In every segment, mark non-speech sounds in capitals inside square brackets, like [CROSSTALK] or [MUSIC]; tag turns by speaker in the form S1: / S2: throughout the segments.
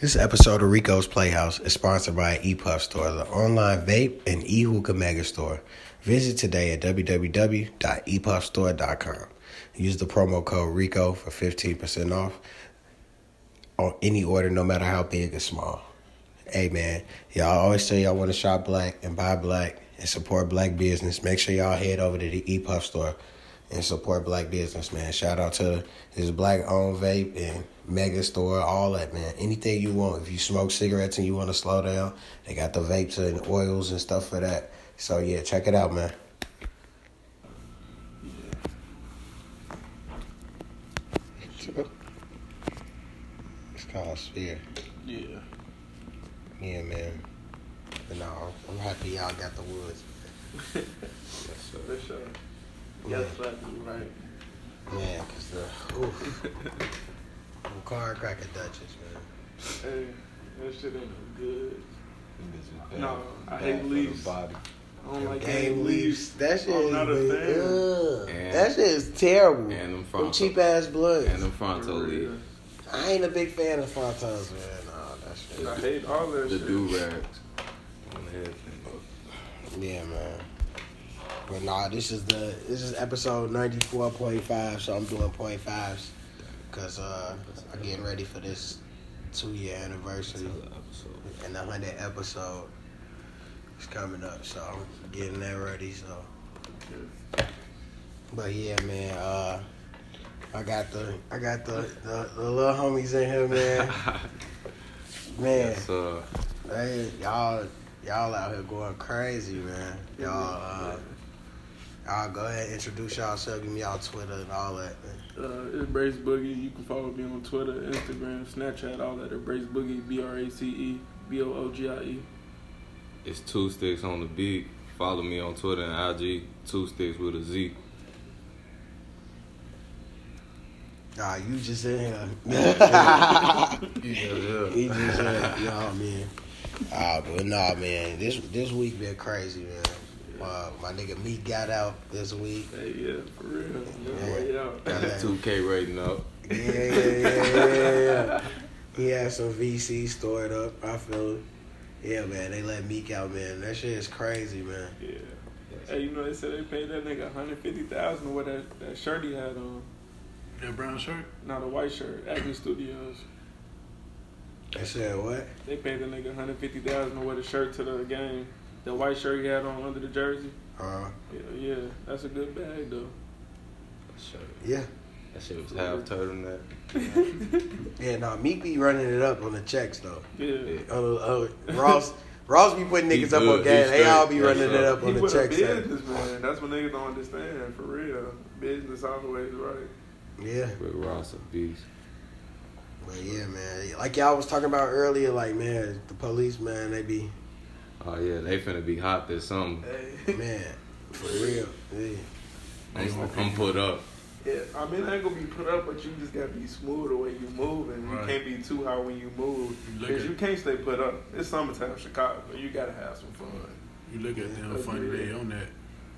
S1: This episode of Rico's Playhouse is sponsored by ePuff Store, the online vape and e-hookah mega store. Visit today at e www.epuffstore.com. Use the promo code RICO for 15% off on any order, no matter how big or small. Hey man, y'all always say y'all want to shop black and buy black and support black business. Make sure y'all head over to the ePuff store and support black business, man. Shout out to this black owned vape and mega store, all that, man. Anything you want. If you smoke cigarettes and you want to slow down, they got the vapes and oils and stuff for that. So yeah, check it out, man. It's called Sphere.
S2: Yeah.
S1: Yeah, man. But no, I'm happy y'all got the woods.
S2: For sure. Yes, sir. Right.
S1: Man, because the oof, [LAUGHS] I'm car cracker Duchess, man.
S2: Hey, that shit ain't good. No, I
S3: bad
S2: hate
S3: for the
S2: leaves.
S3: Body.
S2: I don't like
S1: Game
S2: game leaves.
S1: leaves. That shit is
S2: Another
S1: ugh.
S2: thing.
S3: And-
S1: That shit is terrible.
S3: and them
S1: Them
S3: fronto-
S1: cheap ass bloods.
S3: And the fronto leaves.
S1: I ain't a big fan of Fontos, man. No, that shit.
S2: I hate all that
S3: The
S2: shit.
S3: do rags. On the head thing.
S1: Yeah, man. But nah, this is the this is episode ninety four point five, so I'm doing point fives because uh, I'm getting ready for this two year anniversary
S3: Another episode.
S1: and the hundred episode is coming up, so I'm getting that ready. So, but yeah, man, uh, I got the I got the the, the little homies in here, man. Man,
S3: Yes, uh,
S1: Hey, y'all, y'all out here going crazy, man. Y'all, uh, y'all go ahead and introduce yourself. Give me y'all Twitter and all that. Man.
S2: Uh, it's Brace Boogie. You can follow me on Twitter, Instagram, Snapchat, all that. At Brace Boogie, B R A C E B O O G I E.
S3: it's two sticks on the beat. Follow me on Twitter and IG. Two sticks with a Z.
S1: Nah, you just in here.
S3: Yeah,
S1: he just in here. Y'all, man. Ah, but nah, man. This this week been crazy, man. Uh, my nigga Meek got out this week.
S2: Hey, yeah, for real.
S1: Yeah.
S2: Yeah. Way out. [LAUGHS]
S3: Got the 2K rating up.
S1: Yeah, yeah, yeah, yeah, yeah, yeah. He had some VC stored up. I feel it. Yeah, man. They let Meek out, man. That shit is crazy, man.
S2: Yeah. Hey, you know they said they paid that nigga 150000 what that, that shirt he had on.
S4: That brown shirt?
S2: Not a white shirt. Acme Studios.
S1: They said what?
S2: They paid the nigga 150000 to wear the shirt to the game. The white shirt he had on under the jersey.
S1: Uh,
S2: Yeah, yeah, that's a good bag though.
S1: yeah.
S3: That shit was half turtleneck.
S1: Yeah, no, Meek be running it up on the checks though.
S2: Yeah.
S3: Yeah.
S1: Uh, uh, Ross, Ross be putting
S3: He
S1: niggas up
S3: good,
S1: on gas.
S3: he
S1: They all be
S3: straight,
S1: running
S3: yes,
S1: it
S3: sir.
S1: up
S2: He
S1: on the
S2: was a
S1: checks. though.
S2: businessman. That's what niggas don't understand, for real. Business always right.
S1: Yeah,
S3: Rick Ross a beast.
S1: but yeah, man. Like y'all was talking about earlier, like man, the police, man, they be
S3: Oh yeah, they finna be hot this summer.
S2: Hey.
S1: man, for real. Yeah.
S3: I'm, I'm put up.
S2: [LAUGHS] Yeah, I mean, I ain't gonna be put up, but you just gotta be smooth the way you move, and
S4: Right.
S2: you can't be too high when you move.
S4: You look
S2: Because
S4: at-
S2: you can't stay put up. It's summertime Chicago. You gotta have some fun.
S4: You look at them
S2: Okay.
S4: funny day on that.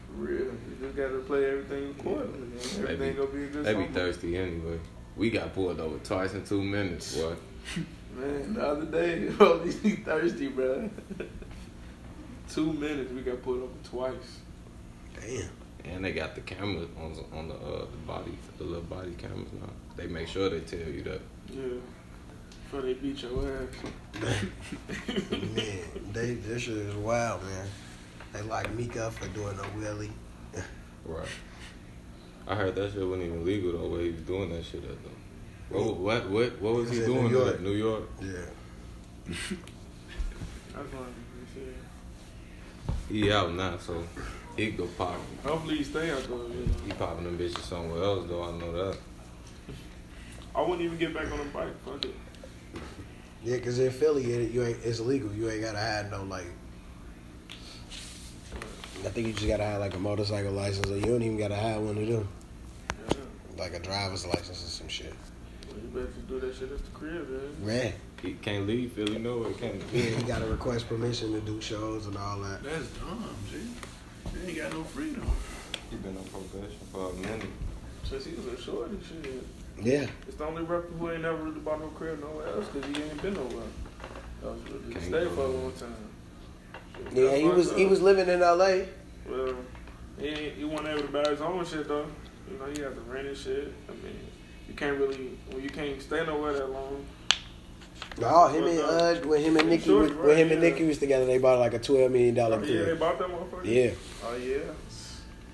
S2: For real. You just gotta play everything quarterly. and Everything
S3: They be-
S2: gonna be a good
S3: They be
S2: summer.
S3: thirsty anyway. We got pulled over twice in two minutes, boy.
S2: Man, the other day, [LAUGHS] bro, these niggas thirsty, bro. [LAUGHS] Two minutes, we got pulled over twice.
S1: Damn.
S3: And they got the cameras on on the uh, the body, the little body cameras now. They make sure they tell you that.
S2: Yeah. Before they beat your ass. [LAUGHS]
S1: [LAUGHS] Man, they this shit is wild, man. They like Meek up for doing a wheelie.
S3: Right. I heard that shit wasn't even legal though. Where he was doing that shit at though. What what what, what was
S1: It's
S3: he
S1: in
S3: doing?
S1: New
S3: New
S1: York.
S3: York. New York.
S1: Yeah.
S2: That's what I'm saying.
S3: He out now, so he go pop.
S2: Hopefully you stay out there. You
S3: He
S2: know.
S3: popping them bitches somewhere else though. I know that.
S2: I wouldn't even get back on the bike. Fuck it.
S1: Yeah, cause in Philly, it, you ain't it's illegal. You ain't gotta have no like. I think you just gotta have like a motorcycle license, or you don't even gotta have one of them,
S2: Yeah.
S1: like a driver's license or some shit.
S2: You better do that shit at the crib, man.
S1: Man,
S3: He can't leave Philly nowhere. Can't.
S1: yeah, you gotta request permission to do shows and all that.
S4: That's dumb, G. They ain't got no freedom.
S3: He been on probation for a minute.
S2: Since he was a shorty, shit.
S1: Yeah.
S2: It's the only rapper who ain't never really bought no crib nowhere else because he ain't been nowhere else. Really. He
S3: Can't
S2: stayed
S3: go.
S2: for a long time. Shit,
S1: Yeah,
S2: that's
S1: he was
S2: fucked
S1: he
S2: up.
S1: was living in L.A.
S2: Well, he, he wasn't able to buy his own shit though. You know, he had to rent his shit. I mean, you can't really when you can't stay nowhere that long.
S1: No, him and uh, when him and Nicki
S2: Sure,
S1: was,
S2: right,
S1: when him and
S2: yeah.
S1: Nicki was together, they bought like a twelve million dollar
S2: Oh, yeah, they
S1: crib.
S2: bought that motherfucker.
S1: Yeah,
S2: Oh yeah.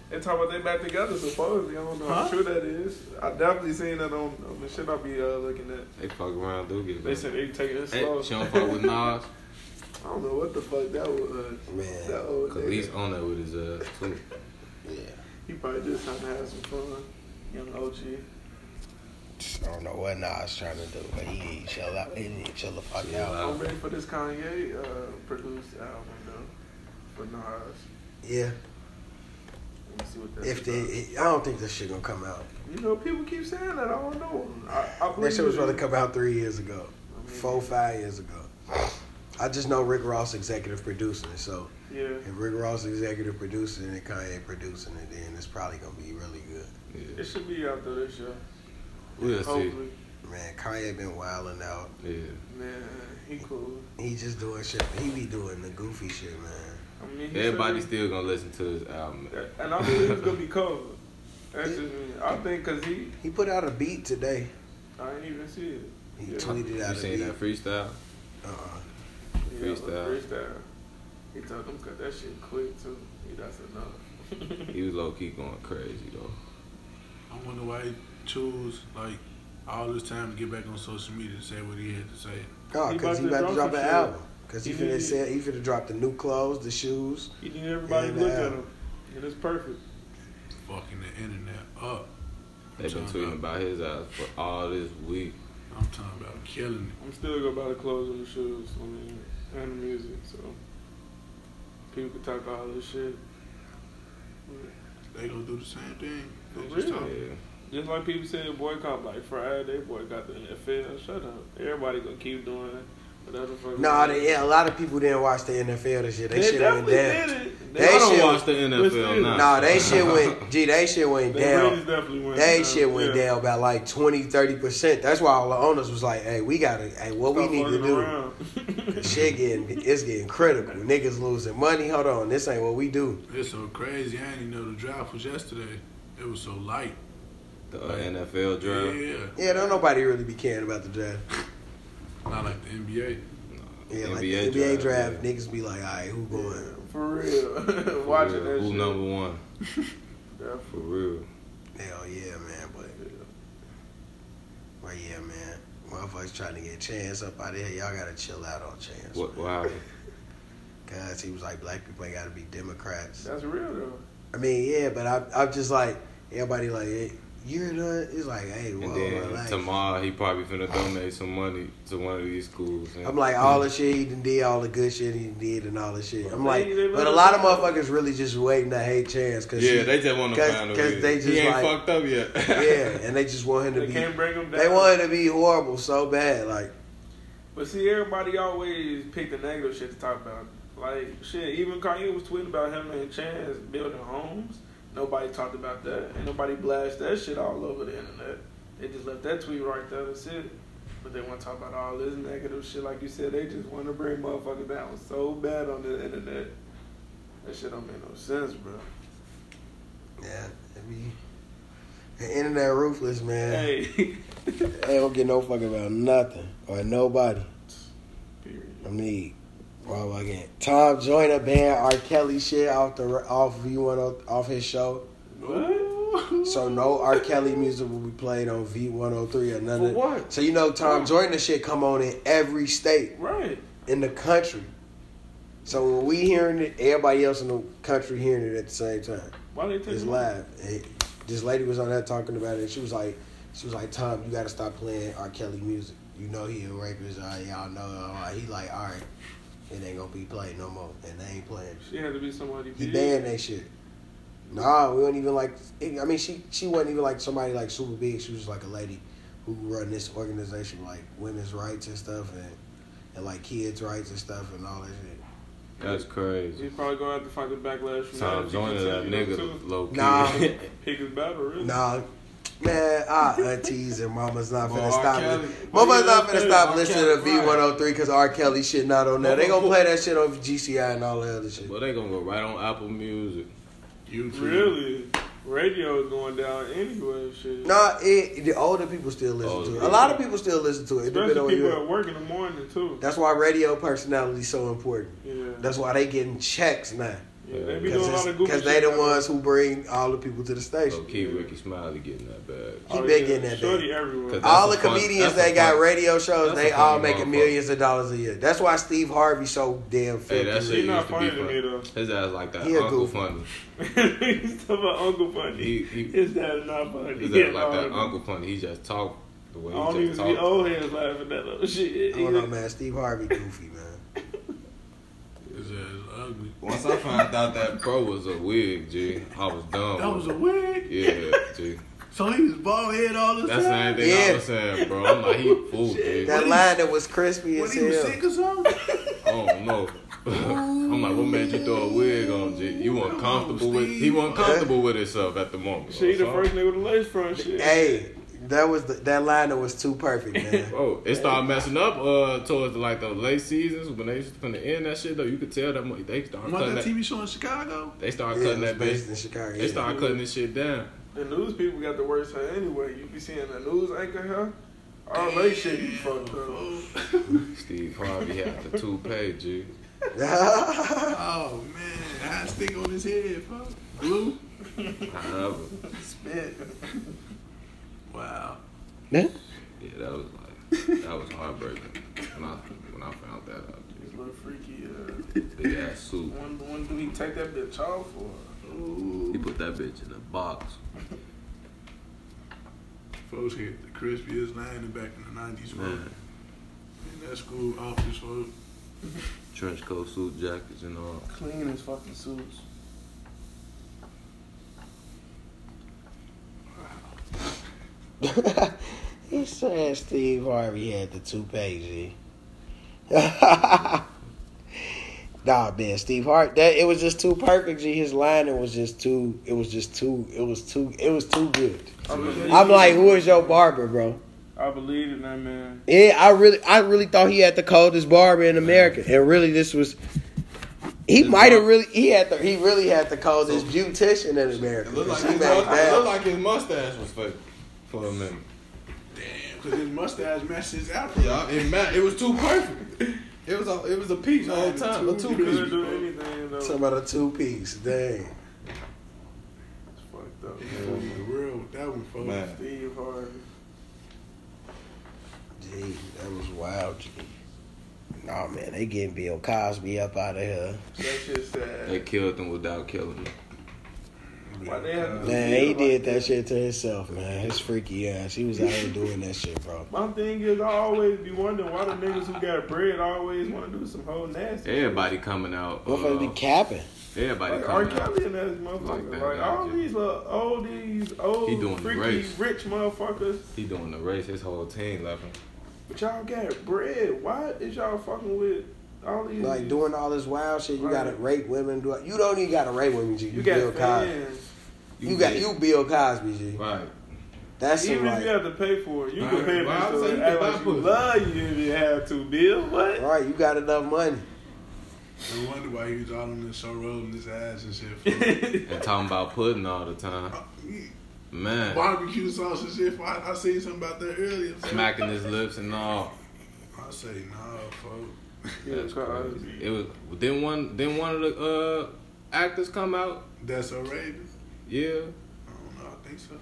S2: They talking about they back together supposedly. I don't know
S4: Huh?
S2: how true that is. I definitely seen that on, on the shit I be uh, looking at.
S3: They fuck around, do get
S2: They
S3: back.
S2: said they taking it
S3: Hey,
S2: slow.
S3: she don't
S2: [LAUGHS]
S3: fuck
S1: [LAUGHS]
S3: with Nas.
S2: I don't know what the fuck that was.
S1: man.
S2: That old
S3: Khalees
S2: nigga.
S3: on that with his ass too.
S1: Yeah,
S2: He probably just trying to have some fun. Young OG.
S1: I don't know what Nas trying to do, but he need to chill out. He need to chill the fuck
S3: Chill
S1: out.
S3: out.
S2: I'm ready for this Kanye uh, produced album though. For Nas.
S1: Yeah,
S2: Let me see what that's
S1: if they,
S2: about.
S1: I don't think this shit gonna come out.
S2: You know, people keep saying that. I don't know. I, I
S1: That
S2: believe
S1: shit was
S2: it.
S1: supposed to come out three years ago,
S2: I mean,
S1: four five years ago. I just know Rick Ross executive producing, it, so
S2: Yeah.
S1: if Rick Ross executive producing it and Kanye producing it, then it's probably gonna be really good.
S3: Yeah.
S2: It should be out there this year.
S3: We'll see.
S2: Hopefully.
S1: Man, Kanye been wilding out.
S3: Yeah.
S2: Man, he cool.
S1: He just doing shit. He be doing the goofy shit, man.
S2: I mean, he
S3: Everybody's
S2: should
S3: still gonna listen to his album.
S2: be- And I believe it's going to
S1: [LAUGHS]
S2: be covered. That's just me. I think because he,
S1: He put out a beat today.
S2: I didn't even see it.
S1: He
S2: Yeah.
S1: tweeted
S3: You
S1: out a
S3: seen
S1: beat.
S3: that freestyle?
S1: Uh-uh.
S2: Yeah, it was
S3: Freestyle.
S2: freestyle. He told them cut that shit quick, too. He, that's enough.
S3: He was low key going crazy though.
S4: I wonder why he chose like all this time to get back on social media and say what he had to say.
S1: Oh,
S2: He
S1: because he
S2: about
S1: about to drop
S2: some
S1: an
S2: shit.
S1: album. Because he
S2: He
S1: finna
S2: did.
S1: sell, he finna drop the new clothes, the shoes.
S2: he need everybody to
S1: Yeah,
S2: look at
S1: man.
S2: him. And it's perfect.
S4: Fucking the internet up.
S3: They've been tweeting about his ass for all this week.
S4: I'm talking about killing
S2: I'm still gonna buy the clothes and the shoes, I mean, and the music. So people can talk all this shit.
S4: it. They gonna do the same thing. They
S2: For
S4: just
S2: real?
S4: talk.
S3: Yeah.
S2: Just like people said, boycott like Friday, boycott the NFL. Shut up. Everybody gonna keep doing whatever. the fuck-
S1: Nah, they, yeah, a lot of people didn't watch the NFL this year. They,
S2: They
S1: shit went
S2: definitely
S1: down.
S2: did it.
S1: They
S3: I don't
S1: shit-
S3: watch the NFL
S2: Listen.
S3: now.
S1: Nah, they
S3: [LAUGHS]
S1: shit went. Gee, they shit went
S2: The
S1: down.
S2: ratings definitely went
S1: That
S2: down.
S1: shit went
S2: Yeah.
S1: down about like 20, 30 percent. That's why all the owners was like, "Hey, we gotta, hey, what we
S2: Stop
S1: need to
S2: fucking
S1: do?
S2: around.
S1: Shit getting, it's getting critical. Niggas losing money. Hold on, this ain't what we do.
S4: It's so crazy. I didn't even know the draft was yesterday. It was so light.
S3: The uh, NFL draft.
S4: Yeah.
S1: Yeah, don't nobody really be caring about the draft.
S4: Not like the NBA.
S1: Yeah, like the NBA draft, niggas be like, all right, who going?
S2: [LAUGHS] For real. [LAUGHS]
S3: For
S2: Watching
S3: real.
S2: that
S3: Who
S2: shit.
S3: number one?
S2: Yeah,
S3: For real.
S1: Hell yeah, man. But,
S2: for real.
S1: but yeah, man. Motherfuckers trying to get Chance up out of here. Y'all gotta chill out on Chance.
S3: What? Wow.
S1: Cause he was like, black people ain't gotta be Democrats.
S2: That's real though.
S1: I mean, yeah, but I, I'm just like, everybody like, eh, you're done. It's like, hey, whoa,
S3: And then
S1: relax.
S3: tomorrow he probably finna donate some money to one of these schools. and-
S1: I'm like all the shit he done did, all the good shit he done did, and all the shit. I'm
S2: They-
S1: like,
S2: they
S1: but a
S2: really-
S1: lot of motherfuckers really just waiting to hate Chance because
S3: [LAUGHS] yeah, they just want to
S1: Cause-
S3: find a
S1: cause
S3: way.
S1: they
S3: he
S1: just
S3: ain't
S1: like-
S3: fucked up yet.
S1: yeah, and they just want him to
S2: They
S1: be.
S2: can't bring them down.
S1: They wanted to be horrible so bad, like
S2: But see, everybody always pick the negative shit to talk about. Like shit, even Kanye was tweeting about him and Chance building homes. Nobody talked about that, and nobody blasted that shit all over the internet. They just left that tweet right there. That's it. But they want to talk about all this negative shit, like you said. They just want to bring motherfuckers down so bad on the internet. That shit don't make no sense, bro.
S1: yeah, it be the internet ruthless, man.
S2: Hey, [LAUGHS]
S1: They don't get no fuck about nothing or nobody.
S2: period.
S1: I mean, well, again, Tom Joyner banned R. Kelly shit off the off V1 off his show,
S2: What?
S1: so no R. Kelly music will be played on V103 or
S2: For
S1: nothing.
S2: what?
S1: So you know Tom Joyner shit come on in every state
S2: Right.
S1: in the country. So when we hearing it, everybody else in the country hearing it at the same time.
S2: Why they take
S1: It's
S2: him
S1: live. And this lady was on there talking about it. And she was like, she was like, Tom, you gotta stop playing R. Kelly music. You know he a rapist. Uh, y'all know. Uh, he like, all right, it ain't gonna be played no more. And they ain't playing.
S2: She had to be somebody
S1: He
S2: big.
S1: banned that shit. Nah, we weren't even like. I mean, she she wasn't even like somebody like super big. She was like a lady who run this organization like women's rights and stuff and and like kids' rights and stuff and all that shit.
S3: [LAUGHS] That's crazy.
S2: He's probably gonna have to fight the backlash from
S3: Tom
S2: that.
S3: Joyner, that
S2: He continue
S3: nigga [LAUGHS]
S2: to-
S3: low key.
S1: Nah.
S2: Pick his battle, really.
S1: Nah, Man, our aunties and mamas not
S3: Well,
S1: finna
S3: R.
S1: stop.
S3: Kelly.
S1: li-
S3: Well,
S1: Mama's
S3: yeah,
S1: not
S3: that's
S1: finna
S3: it.
S1: stop
S3: R.
S1: listening
S3: Kelly,
S1: to
S3: right.
S1: V103 because R. Kelly shit not on there. They gonna play that shit on GCI and all that other shit.
S3: Well, they gonna go right on Apple Music.
S4: YouTube.
S2: Really? Radio is going down anyway. Shit.
S1: Nah, it, the older people still listen
S3: Older
S1: to it. A
S3: people.
S1: lot of people still listen to it. it.
S2: Especially
S1: depend on
S2: people
S1: you.
S2: at work in the morning too.
S1: That's why radio personality is so important.
S2: Yeah.
S1: That's why they getting checks now.
S2: yeah. They be doing a lot of goofy
S1: Because they
S2: shit
S1: the
S2: out there.
S1: ones who bring all the people to the
S3: So
S1: station.
S3: keep Ricky Smiley getting that bag.
S1: He been getting that
S2: Oh, Shorty
S1: bag.
S2: everywhere.
S3: That's
S1: All
S3: a
S1: the
S3: fun-
S1: comedians
S3: that's
S1: that
S3: a
S1: got
S3: fun-
S1: radio shows,
S3: that's a
S1: they all
S3: funny
S1: making
S3: motherfucker.
S1: millions of dollars a year. That's why Steve Harvey so damn
S3: Hey,
S1: filthy.
S3: that
S2: He
S3: shit
S2: not
S3: used to be
S2: funny to me, though.
S3: funny. His ass like that
S1: He a
S3: uncle
S1: goofy.
S3: funny.
S2: [LAUGHS] He's talking about Uncle Funny.
S3: He, he,
S2: His dad is not funny.
S3: his
S2: Yeah,
S3: ass like
S2: I
S3: that
S2: don't know.
S3: uncle funny. He just talk the way
S2: I
S3: he
S2: don't
S3: just
S2: even be
S3: talk.
S2: old heads laughing at that shit.
S1: I don't know, man. Steve Harvey goofy, man.
S4: His ass uh, ugly.
S3: Once I found out that pro was a wig, G, I was dumb.
S4: That was a wig.
S3: yeah, G.
S4: So he was bald head all the
S3: That's the same
S4: time.
S3: thing
S1: Yeah.
S3: I was saying, bro. I'm like, he fool, G.
S1: That
S4: he-
S1: line that was crispy
S4: When
S1: as
S4: he was
S1: hell.
S4: sick or something.
S3: I don't know. [LAUGHS] I'm like, what made you throw a wig on, G? You weren't comfortable with he wasn't comfortable with himself at the moment.
S2: She the
S3: So-
S2: first nigga with the lace front shit.
S1: Hey, that was the, that line that was too perfect,
S3: [LAUGHS]
S1: man.
S3: Oh, it started messing up uh towards the, like the late seasons when they was finna end that shit though. You could tell that mo- they started
S4: Remember
S3: cutting
S4: that
S3: that,
S4: TV show in Chicago?
S3: they started
S1: yeah, it
S3: cutting
S1: was
S3: that
S1: based
S3: bitch.
S1: in Chicago.
S3: They
S1: yeah.
S3: started cutting this shit down.
S2: The news people got the worst hair anyway. You be seeing the news anchor hair. All they shit be fucked up.
S3: Steve Harvey had the toupee, G.
S4: Oh man, I stick on his head, fuck. Blue.
S3: However,
S4: Spit. Wow.
S3: yeah, that was like that was heartbreaking when I when I found that out.
S2: This little freaky ass.
S3: G. Big ass suit.
S2: When, when do he take that bitch off for?
S3: He
S4: Ooh.
S3: put that bitch in a box.
S4: Folks hit the crispiest line back in the nineties, bro.
S3: Man,
S4: In that school office, folks.
S3: trench coat, suit jackets, and all.
S2: Clean his fucking suits.
S1: [LAUGHS] he said Steve Harvey had the toupee. G. [LAUGHS] nah, man, Steve Hart. That it was just too perfect. G. His lining was just too. It was just too. It was too. It was too good.
S2: I believe,
S1: I'm like, who is your barber, bro?
S2: I believe in that man.
S1: Yeah, I really, I really thought he had the coldest barber in America, and really, this was. He
S3: This
S1: might have
S3: bar-
S1: really, he had the, he really had the coldest beautician in America.
S3: It looked like,
S1: She
S3: his,
S1: made that.
S3: it looked like his mustache was fake for a minute.
S4: Damn, cause his mustache matched his afro.
S3: Yeah, it ma- It was too perfect. It was a, it was a piece the whole time. A two
S2: Couldn't
S3: piece.
S2: do anything though.
S1: Talking about a two piece, dang.
S2: It's fucked up.
S4: For real, with that one, folks.
S3: Man.
S2: Steve Harvey.
S1: Gee, that was wild. Gee. Nah, man, they getting Bill Cosby up out of here.
S2: That shit
S3: They
S2: sad.
S3: killed him without killing him.
S2: Why they had to
S1: Man, he did that shit to himself, man. His freaky ass. He was out here doing that shit, bro.
S2: My thing is, I always be wondering why the niggas who got bread always want to do some whole nasty.
S3: Everybody coming out. Uh,
S1: Motherfucker be capping.
S3: everybody
S2: Like R.
S3: coming out.
S2: Kelly and that motherfucker.
S3: Like
S2: Like,
S3: that guy,
S2: all
S3: yeah.
S2: these little, all these old,
S3: He doing the
S2: freaky,
S3: race.
S2: rich motherfuckers.
S3: He doing the race. His whole team left him.
S2: But y'all got bread. Why is y'all fucking with all these?
S1: Like doing all this wild shit. You gotta rape women. Do you don't even gotta rape women, G. You,
S2: You
S1: Bill
S2: got
S1: Cosby.
S2: fans.
S1: You got
S3: did.
S1: you Bill Cosby, G.
S3: Right.
S1: That's some,
S2: Even if you
S1: like,
S2: have to pay for it, you can
S3: Right.
S2: pay
S3: Well, I
S2: for
S3: was
S2: it.
S3: saying you
S2: Act
S3: can
S2: like
S3: buy
S2: you
S3: pussy.
S2: love you if you have to, Bill. What?
S1: all right, you got enough money.
S4: No wonder why he was all on this show rolling his ass and shit.
S3: [LAUGHS]
S2: [LAUGHS]
S4: folks.
S2: Right.
S3: And talking about pudding all the time. Man.
S4: Barbecue sauce and shit. I, I seen something about that earlier. folks.
S3: Smacking his lips and all.
S4: I say nah, folks.
S3: That's crazy. It was then one then one of the uh actors come out.
S4: That's Arabian.
S3: Yeah.
S4: I don't know. I think so.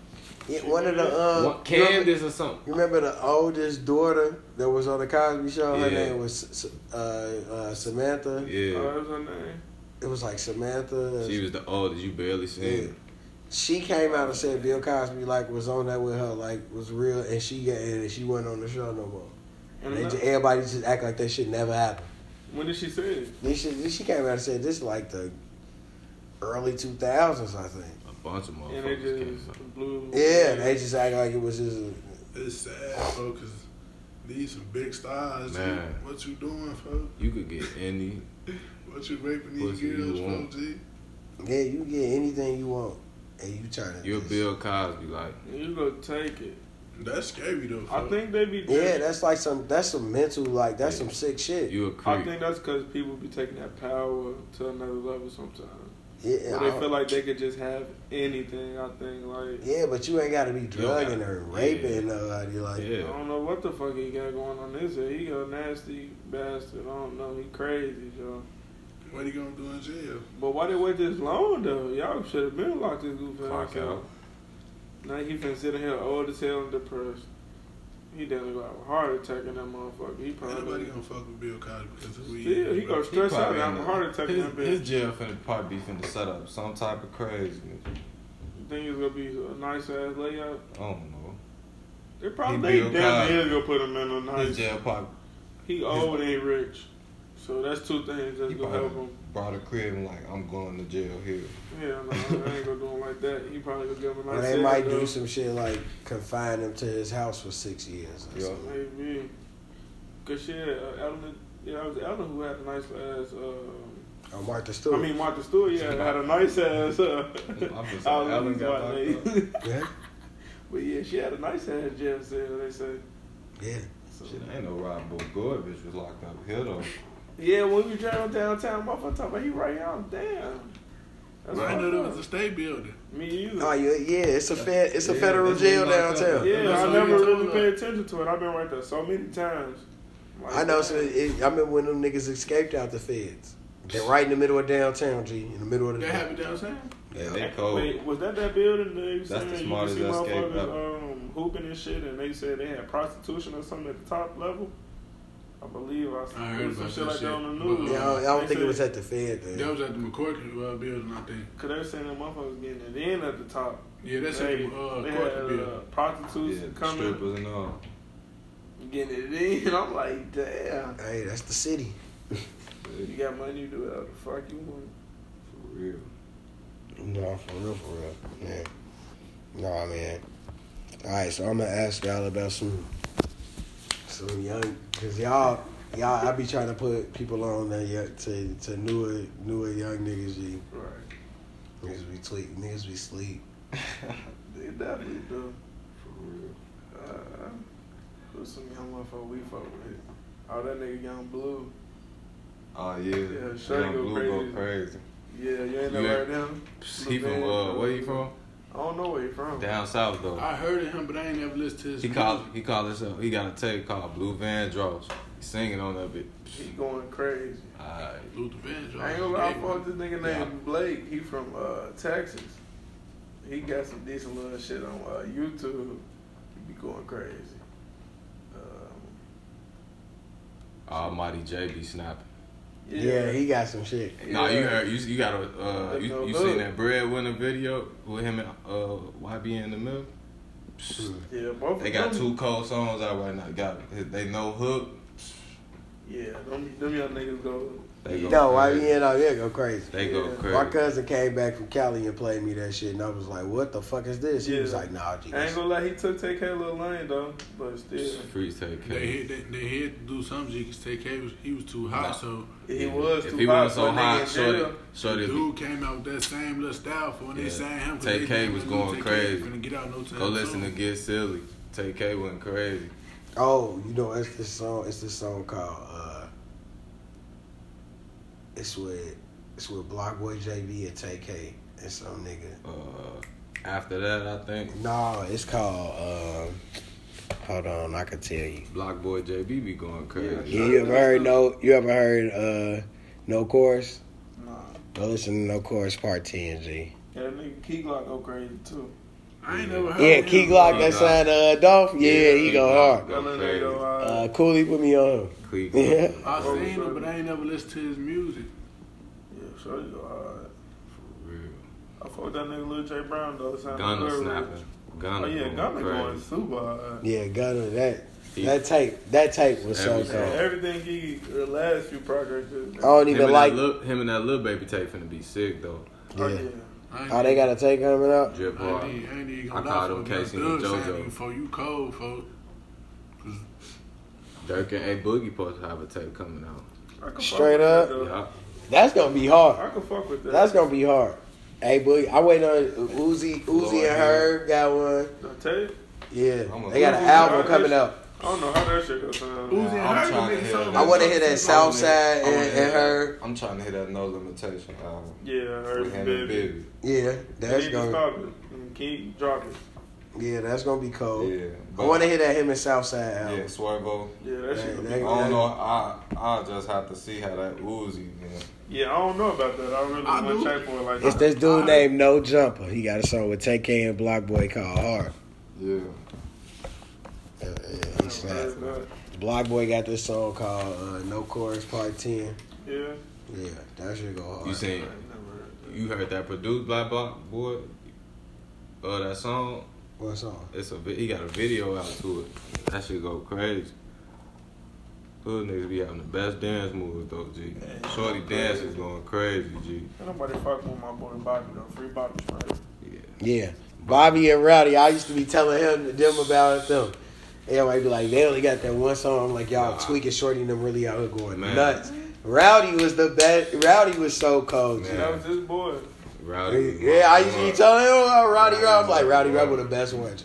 S1: Yeah, one of the uh,
S3: One- Candace or something.
S1: You remember the oldest daughter that was on the Cosby Show? Her
S3: Yeah.
S1: name was uh, uh, Samantha.
S3: Yeah.
S2: What's her name?
S1: It was like Samantha.
S3: She
S1: She,
S3: was the oldest. You barely seen. her.
S1: came out and said Bill Cosby like was on that with her, like was real, and she got and she wasn't on the show no more.
S2: And
S1: And they
S2: another-
S1: ju- everybody just act like that shit never happened.
S2: when did she say it?
S1: This shit, this, she came out and said this like the early two thousands, I think.
S3: A bunch of
S2: And they
S3: motherfuckers came out.
S2: just blew.
S1: Yeah, they just act like it was just. A,
S4: It's sad, folks. Cause these some big stars. G.
S3: Man.
S4: What you doing, folks?
S3: You could get any
S4: What you raping these
S3: Pussy you
S4: girls,
S3: want.
S4: folks? G?
S1: yeah, you get anything you want, and you trying to
S3: You're
S1: just-
S3: Bill Cosby, like
S2: You gonna take it?
S4: That's scary though.
S2: I
S4: fuck.
S2: think they be.
S1: Yeah, that's like some that's some mental like that's some sick shit.
S3: you a
S2: I
S3: creep.
S2: think that's because people be taking that power to another level sometimes.
S1: yeah,
S2: Where
S1: I
S2: they
S1: don't-
S2: feel like they could just have anything. I think like
S1: yeah, but you ain't got to be drugging
S3: gotta-
S1: or raping
S3: yeah.
S1: nobody. Like
S2: I
S3: Yeah,
S2: don't know what the fuck he got going on this. Year. He a nasty bastard. I don't know. He crazy, Joe.
S4: What he gonna do in jail?
S2: But why they wait this long though? Y'all should have been locked this goofy
S3: clock
S2: ass
S3: out.
S2: out. Now he been sitting here old as hell and depressed. He down to have a heart attack in that motherfucker. He
S4: Ain't nobody
S2: probably
S4: gonna fuck with Bill Cosby because of who he
S2: yeah.
S4: is.
S2: He
S4: bro.
S2: gonna stress
S3: He
S2: out
S3: probably
S2: and have a
S3: in-
S2: heart attack in
S3: His,
S2: that bitch.
S3: his jail finna probably be finna set up some type of craziness.
S2: You think it's gonna be a nice ass layout?
S3: I don't know.
S2: They
S3: He
S2: probably
S3: Bill
S2: they damn
S3: Cosby.
S2: near gonna put him in a
S3: His
S2: nice.
S3: jail probably
S2: He old and he rich, so that's two things that's
S3: he
S2: gonna help
S3: probably
S2: him.
S3: brought a crib and like I'm going to jail here.
S2: Yeah, no, I ain't gonna do him like that. He probably gonna give him a
S1: or
S2: nice.
S1: they might
S2: though.
S1: do some shit like confine him to his house for six years. Or
S3: Yeah.
S1: something.
S2: Maybe. Cause shit, uh, Ellen, yeah, it was Ellen who had a nice ass. Uh,
S1: Or Oh, Martha Stewart.
S2: I mean, Martha Stewart, yeah, had a nice ass. Uh,
S3: I'm
S2: [LAUGHS]
S3: just
S2: I was
S3: Ellen got
S2: watching
S3: locked up.
S2: it.
S1: yeah,
S2: [LAUGHS] but yeah, she had a nice ass jail cell. They say.
S1: yeah.
S2: So,
S3: Shit, ain't no Rob Bogorvich was locked up here though.
S2: yeah, when we driving downtown, motherfucker, talking about he right here. I'm Damn. That's
S4: I
S2: fucked
S4: know there
S2: up.
S4: was a state building.
S2: Me either.
S1: Oh, yeah, yeah. It's a fed, it's a
S3: Yeah,
S1: federal
S3: that's
S1: jail
S3: what he locked up.
S1: downtown.
S2: yeah,
S4: That's
S2: I
S4: what
S2: never
S4: you
S2: really
S4: talking
S2: paid attention to it. I've been right there so many times. Like,
S1: I know. So it, I remember when them niggas escaped out the feds. They're right in the middle of downtown, G. In the middle of the.
S4: That happened downtown.
S3: Yeah,
S1: Yeah.
S3: they cold.
S2: Wait, was that that building? They was
S3: That's
S2: saying
S3: the smartest
S2: you could see
S3: escape
S2: motherfuckers um, hooping and shit, and they said they had prostitution or something at the top level. I believe I,
S4: I heard
S2: there was some
S4: about
S2: shit
S4: that
S2: like that
S4: shit.
S2: on the news.
S1: Yeah, I don't, I don't
S2: They
S1: think it
S2: said-
S1: was at the Fed.
S4: That
S1: Though.
S4: was at the McCorky uh, building, I think.
S2: Cause they were saying them motherfuckers getting it in at the top.
S4: Yeah, that's at
S2: they,
S4: the uh,
S2: they
S4: Corky
S2: had uh,
S4: building.
S2: prostitutes
S3: yeah,
S2: coming,
S3: strippers and all.
S2: getting it in. [LAUGHS] I'm like, damn.
S1: Hey, that's the city.
S2: You got money, you do whatever the fuck you want.
S3: For [LAUGHS] real.
S1: No, for real, for real. Yeah. Nah, man. All right, so I'm gonna ask y'all about some, some young, cause y'all, y'all, I be trying to put people on that yeah, to to newer, newer young niggas. G.
S2: Right.
S1: Niggas be sleep, niggas be sleep.
S2: They definitely do.
S3: For real.
S2: Uh, who's some young motherfucker we fuck with? Oh, that nigga Young Blue.
S3: Oh yeah.
S2: Yeah, Shorty
S3: Young
S2: go
S3: Blue go crazy.
S2: Yeah, you ain't
S3: You
S2: never heard
S3: ain't-
S2: him.
S3: He from uh, where you from?
S2: I don't know where he from.
S3: Down south
S2: uh,
S3: though.
S4: I heard of him, but I ain't never listened to his.
S3: He
S4: music.
S3: called. He called himself. He got a tape called Blue Van Draws. He's singing on that bit.
S2: He going crazy.
S3: Alright.
S4: Luther Vandross.
S2: I ain't gonna lie, I fuck with this nigga named
S3: Yeah.
S2: Blake. He from uh, Texas. He got some decent little shit on uh, YouTube. He be going crazy. Um,
S3: Almighty J be snapping.
S1: Yeah, he got some shit.
S3: Nah, you
S2: Yeah.
S3: heard. You, you got a. Uh,
S2: That's
S3: you
S2: no
S3: you
S2: good.
S3: seen that breadwinner video with him and uh YB in the middle? Psh,
S2: Yeah, both
S3: They
S2: of
S3: got
S2: them-
S3: two cold songs out right now. Got they no hook.
S2: Yeah, them, them young niggas go.
S3: They go.
S1: No, why
S3: crazy.
S1: you know, yeah, go crazy.
S3: They go
S2: Yeah.
S3: crazy.
S1: My cousin came back from Cali and played me that shit, and I was like, "What the fuck is this?" He was
S2: Yeah.
S1: like, "Nah, G,
S2: I ain't gonna lie, he took take care of Lil Lane though, but still,
S3: Free take care.
S4: They had they, they had to do something. He could take care. of- He was too hot,
S3: Nah.
S4: so
S2: he was
S3: if
S2: too
S3: he
S2: hot.
S3: wasn't so
S2: when they
S3: hot,
S2: in
S3: Shorty,
S2: jail.
S3: Shorty, be-
S4: dude came out with that same little style for when
S3: Yeah.
S4: they sang him. 'cause
S3: Take
S4: they
S3: K
S4: didn't
S3: was
S4: know
S3: going
S4: Take K
S3: crazy.
S4: finna get out no time
S3: go listen to
S4: soon.
S3: Get Silly. Take K went crazy.
S1: Oh, you know, it's this song. It's this song called. uh It's with it's with Blockboy JB and TK and some nigga.
S3: Uh, after that, I think
S1: No, it's called. um Hold on, I can tell you.
S3: Block Boy JB be going crazy.
S1: Yeah, you ever heard no? You ever heard uh no chorus?
S2: Nah,
S1: Go listen to no chorus part ten, G.
S2: yeah, that nigga Key Glock go crazy too.
S4: I ain't never heard.
S1: Yeah,
S4: of
S1: Key
S4: him.
S1: Glock
S3: Key
S1: that
S3: Glock.
S1: signed uh, Dolph. Yeah, he
S3: Key
S1: go
S3: Glock.
S1: hard.
S2: That
S3: Go
S2: little nigga go
S3: crazy.
S2: hard.
S1: Uh, Cooley put me on.
S3: Cleveland.
S1: Yeah.
S4: I
S2: Oh,
S4: seen
S2: sorry.
S4: him, but I ain't never listened to his music.
S2: Yeah, sure you go hard.
S3: For real.
S2: I fuck with that nigga Lil J Brown though. Sound
S3: Gunna
S2: good,
S3: snapping. Gunna
S2: Oh yeah,
S3: going
S2: Gunna
S3: crazy.
S2: going super hard.
S1: Yeah, Gunner that
S3: He-
S1: that tape that tape was so Oh,
S3: Everything.
S2: Yeah,
S1: cold.
S2: everything he the last few projects. is-
S1: I don't
S3: him
S1: even
S3: and
S1: like.
S3: that lil, him and that little baby tape finna be sick though.
S2: Oh,
S1: Yeah.
S2: yeah.
S4: I ain't
S1: Oh, they got a tape coming up.
S3: Drip
S4: I
S3: hard.
S4: ain't, I ain't even
S3: I
S4: gonna
S3: called
S4: lie,
S3: him
S4: fuck,
S3: Casey
S4: Doug
S3: and
S4: signed
S3: JoJo.
S4: you For you cold, folk.
S3: Dirk and A Boogie supposed to have a tape coming out.
S2: I can fuck
S1: Straight
S2: with that,
S1: up.
S2: though.
S3: Yeah.
S1: That's gonna be hard.
S2: I can fuck with that.
S1: That's gonna be hard. Hey, boy, I wait on Uzi. Uzi
S3: Lord,
S1: and
S3: yeah.
S1: Herb got one.
S2: I tell you,
S1: Yeah,
S3: I'm a-
S1: they got
S2: Uzi
S1: an
S2: and
S1: album
S2: Herb,
S1: coming
S2: they-
S1: out.
S2: I don't know how that shit goes.
S4: Uzi
S2: sound.
S4: and
S3: I'm
S4: Herb
S3: trying to
S4: make
S3: hear
S4: something.
S3: that.
S1: I want to hear that
S3: I wanna hear-
S1: Southside
S3: I wanna
S1: and,
S3: hear
S1: and
S3: that.
S1: Herb.
S3: I'm trying to hit that no limitation album.
S2: Yeah, Herb
S3: We had
S2: baby.
S3: it
S2: baby.
S3: big.
S1: Yeah, that's
S2: That's going.
S1: gonna.
S2: Stop it. And keep dropping.
S1: Yeah, that's gonna be cold.
S3: Yeah,
S1: I
S3: but-
S1: want to hear that him and Southside album.
S3: Yeah, Swervo.
S2: Yeah, that shit.
S1: Hey,
S2: gonna
S1: that-
S2: be-
S3: I don't know. I I just have to see how that Uzi. Man.
S2: Yeah, I don't know about that. I really
S4: I
S2: want
S4: do.
S2: to check for it like
S1: It's
S2: that.
S1: this dude named No Jumper. He got a song with TK and Block Boy called Hard.
S3: Yeah.
S1: Uh,
S2: I
S1: it's
S2: don't know
S1: not.
S2: about that.
S1: Block Boy got this song called uh, No Chorus Part Ten.
S2: Yeah.
S1: Yeah, that should go hard.
S3: You
S2: I
S3: seen?
S2: ain't never heard that.
S3: You heard that produced Black Block Boy? Uh, that song.
S1: what song?
S3: It's a. vi- He got a video out to it. That shit go crazy. Hood niggas be having the best dance moves though, G. Shorty dance is going crazy, G.
S2: Ain't nobody fucking with my boy Bobby though. Free Bobby Sprite.
S3: Yeah.
S1: Yeah, Bobby and Rowdy. I used to be telling him them about them. Everybody be like, they only got that one song. I'm like, y'all
S3: Nah.
S1: tweaking shorty and them really out here going
S3: Man.
S1: nuts. Rowdy was the best. Rowdy was so cold.
S3: Man.
S1: G.
S2: That was his boy.
S3: Rowdy. is my
S1: Yeah, I used to be
S3: one.
S1: telling him about Rowdy
S3: Man.
S1: Rowdy. I'm like, Rowdy Rowdy was the best one. G.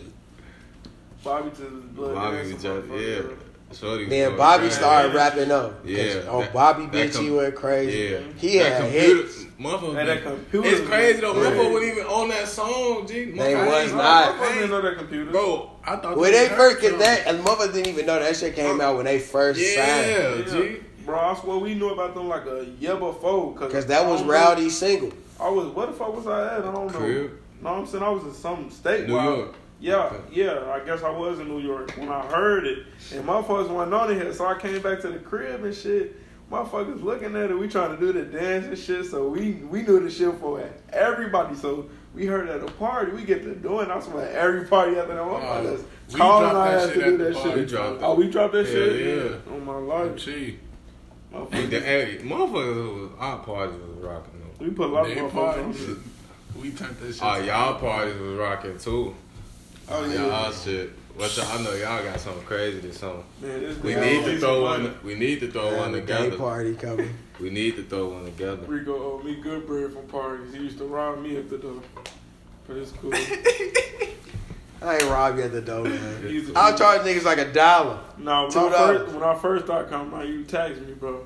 S2: Bobby to his blood.
S3: Bobby
S2: That's
S3: was
S2: a
S3: just yeah.
S2: motherfucker.
S3: Shorty. was
S1: Then
S3: going
S1: Bobby
S3: crazy.
S1: started rapping up.
S3: Yeah,
S1: Oh,
S3: that-
S1: Bobby
S3: that
S1: bitch,
S3: com-
S1: he went crazy.
S3: Yeah.
S1: He
S3: that
S1: had
S3: computer,
S1: hits.
S3: Motherfucker.
S2: Hey, that computer
S3: It's crazy though.
S2: was
S1: Yeah.
S3: Motherfucker wasn't even on that song, G.
S1: They
S3: Motherfucker
S1: was
S3: ain't-
S2: Hey,
S1: not.
S2: I didn't know that computer.
S3: Bro,
S4: Oh, I thought
S1: When
S4: that
S1: they
S4: was
S1: first
S4: Herb
S1: get that, and mother didn't even know that shit came out when they first signed.
S3: yeah,
S2: Yeah.
S3: G.
S2: Bro, I swear we knew about them like a year before.
S1: Because that was
S2: I don't know-
S1: Rowdy's single.
S2: I was, what the fuck was I at? I don't know.
S3: Crib?
S2: No, I'm saying I was in some state.
S3: New
S2: where I-
S3: York.
S2: Yeah, yeah, I guess I was in New York when I heard it. And motherfuckers went on here, so I came back to the crib and shit. Motherfuckers looking at it, we trying to do the dance and shit, so we we knew the shit for everybody. So we heard at a party, we get to doing. I swear, every party after that, motherfuckers
S4: Oh, we
S2: calling
S4: dropped
S2: our
S4: that
S2: ass to
S4: shit
S2: do
S4: at the
S2: that
S4: party.
S3: We
S2: shit.
S3: dropped
S2: Oh, we dropped that
S3: Hell
S2: shit.
S3: yeah.
S2: on my
S4: Herb
S2: life,
S4: G.
S3: And the,
S2: motherfuckers.
S3: hey, motherfuckers, was- our parties was rocking though.
S2: We put a lot of
S1: Oh,
S4: They
S2: motherfuckers on
S4: party.
S2: shit.
S4: We turned that shit.
S3: Oh, y'all parties was rocking too.
S2: Oh yeah,
S3: Y'all shit. What's the, I know y'all got something crazy this summer.
S2: man, this
S3: We
S2: nigga
S3: need to
S2: always
S3: throw
S2: money.
S3: one. We need to throw one
S1: And the gay
S3: together.
S1: party coming.
S3: We need to throw one together.
S2: Rico owed me good bread from parties. He used to rob me at the door. But it's
S1: [LAUGHS]
S2: cool.
S1: I ain't robbed you at the door, man.
S2: He's a-
S1: I'll charge niggas like a dollar.
S2: No, when
S1: Two
S2: I,
S1: dollars.
S2: first, when I first started coming out, you taxed
S1: [LAUGHS]
S2: me, bro.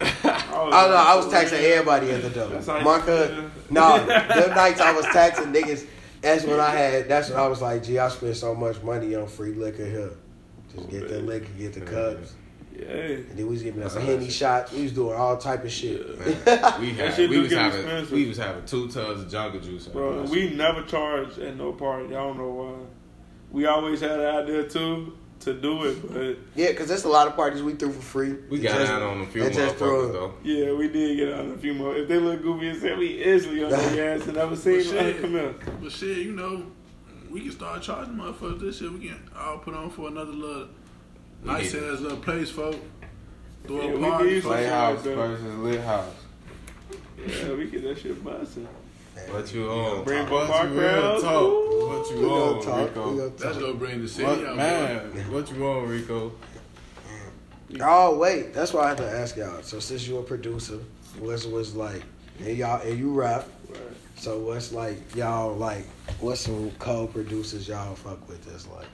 S2: I
S1: I don't know, I was taxing everybody at the door.
S2: Oh, That's how you-
S1: My cousin, no,
S2: [LAUGHS]
S1: them nights I was taxing niggas, that's when I had, that's when I was like, gee, I spent so much money on free liquor here. Just get
S2: Oh,
S1: the liquor, get the cups.
S2: Yeah.
S1: And then we was giving us a henny shots. We was doing all type of shit. [LAUGHS]
S3: Man, we had,
S2: shit
S3: we
S2: do
S3: was
S2: get
S3: having
S2: expensive.
S3: we was having two tubs of jungle juice. at
S2: Bro,
S3: once.
S2: we never charged at no party. I don't know why. We always had an idea, too, to do it. But,
S1: Yeah, because there's a lot of parties we threw for free.
S3: we got out on a few
S1: it just threw
S3: motherfuckers
S1: it.
S3: though.
S2: yeah, we did get out a few more. If they look goofy and said, we instantly on
S1: [LAUGHS]
S2: their ass and never seen them.
S4: shit.
S2: Like, come here.
S4: But shit, you know, we can start charging motherfuckers this shit. We can all put on for another little nice
S3: need
S4: ass little place, folk. Throw
S2: Yeah,
S4: a
S2: we
S4: party.
S2: need some-
S4: folk.
S3: Playhouse versus lit house.
S2: Yeah, we get that shit busting.
S3: What you on?
S2: Bring
S3: What
S2: back
S3: you
S2: crowds.
S3: real
S2: Ooh.
S3: talk? What
S1: We
S3: you
S2: Oh,
S1: gonna
S3: on,
S1: talk. We
S3: Rico?
S1: gonna
S4: That's
S1: talk.
S4: gonna bring the city
S3: What
S4: out.
S3: man? What you on, Rico?
S1: Oh wait, that's why I have to ask y'all. So since you're a producer, what's what's like, and y'all and you rap,
S2: Right.
S1: so what's like y'all like? What's some co-producers y'all fuck with? That's like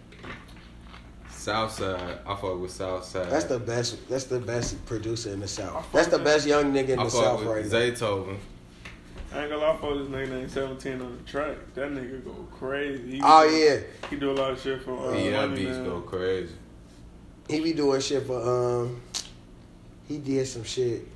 S3: Southside. I fuck with Southside.
S1: that's the best. That's the best producer in the south. That's the best young nigga in
S3: I
S1: the
S3: fuck
S1: south
S3: with
S1: right now.
S3: Zaytoven.
S2: I ain't gonna lie for this nigga named 17 on the track. That nigga go crazy. He
S1: Oh
S2: do-
S1: yeah,
S2: He do a lot of shit for uh,
S3: Yeah, that
S2: Money
S3: beats
S2: Man.
S3: go crazy.
S1: he be doing shit for um, he did some shit.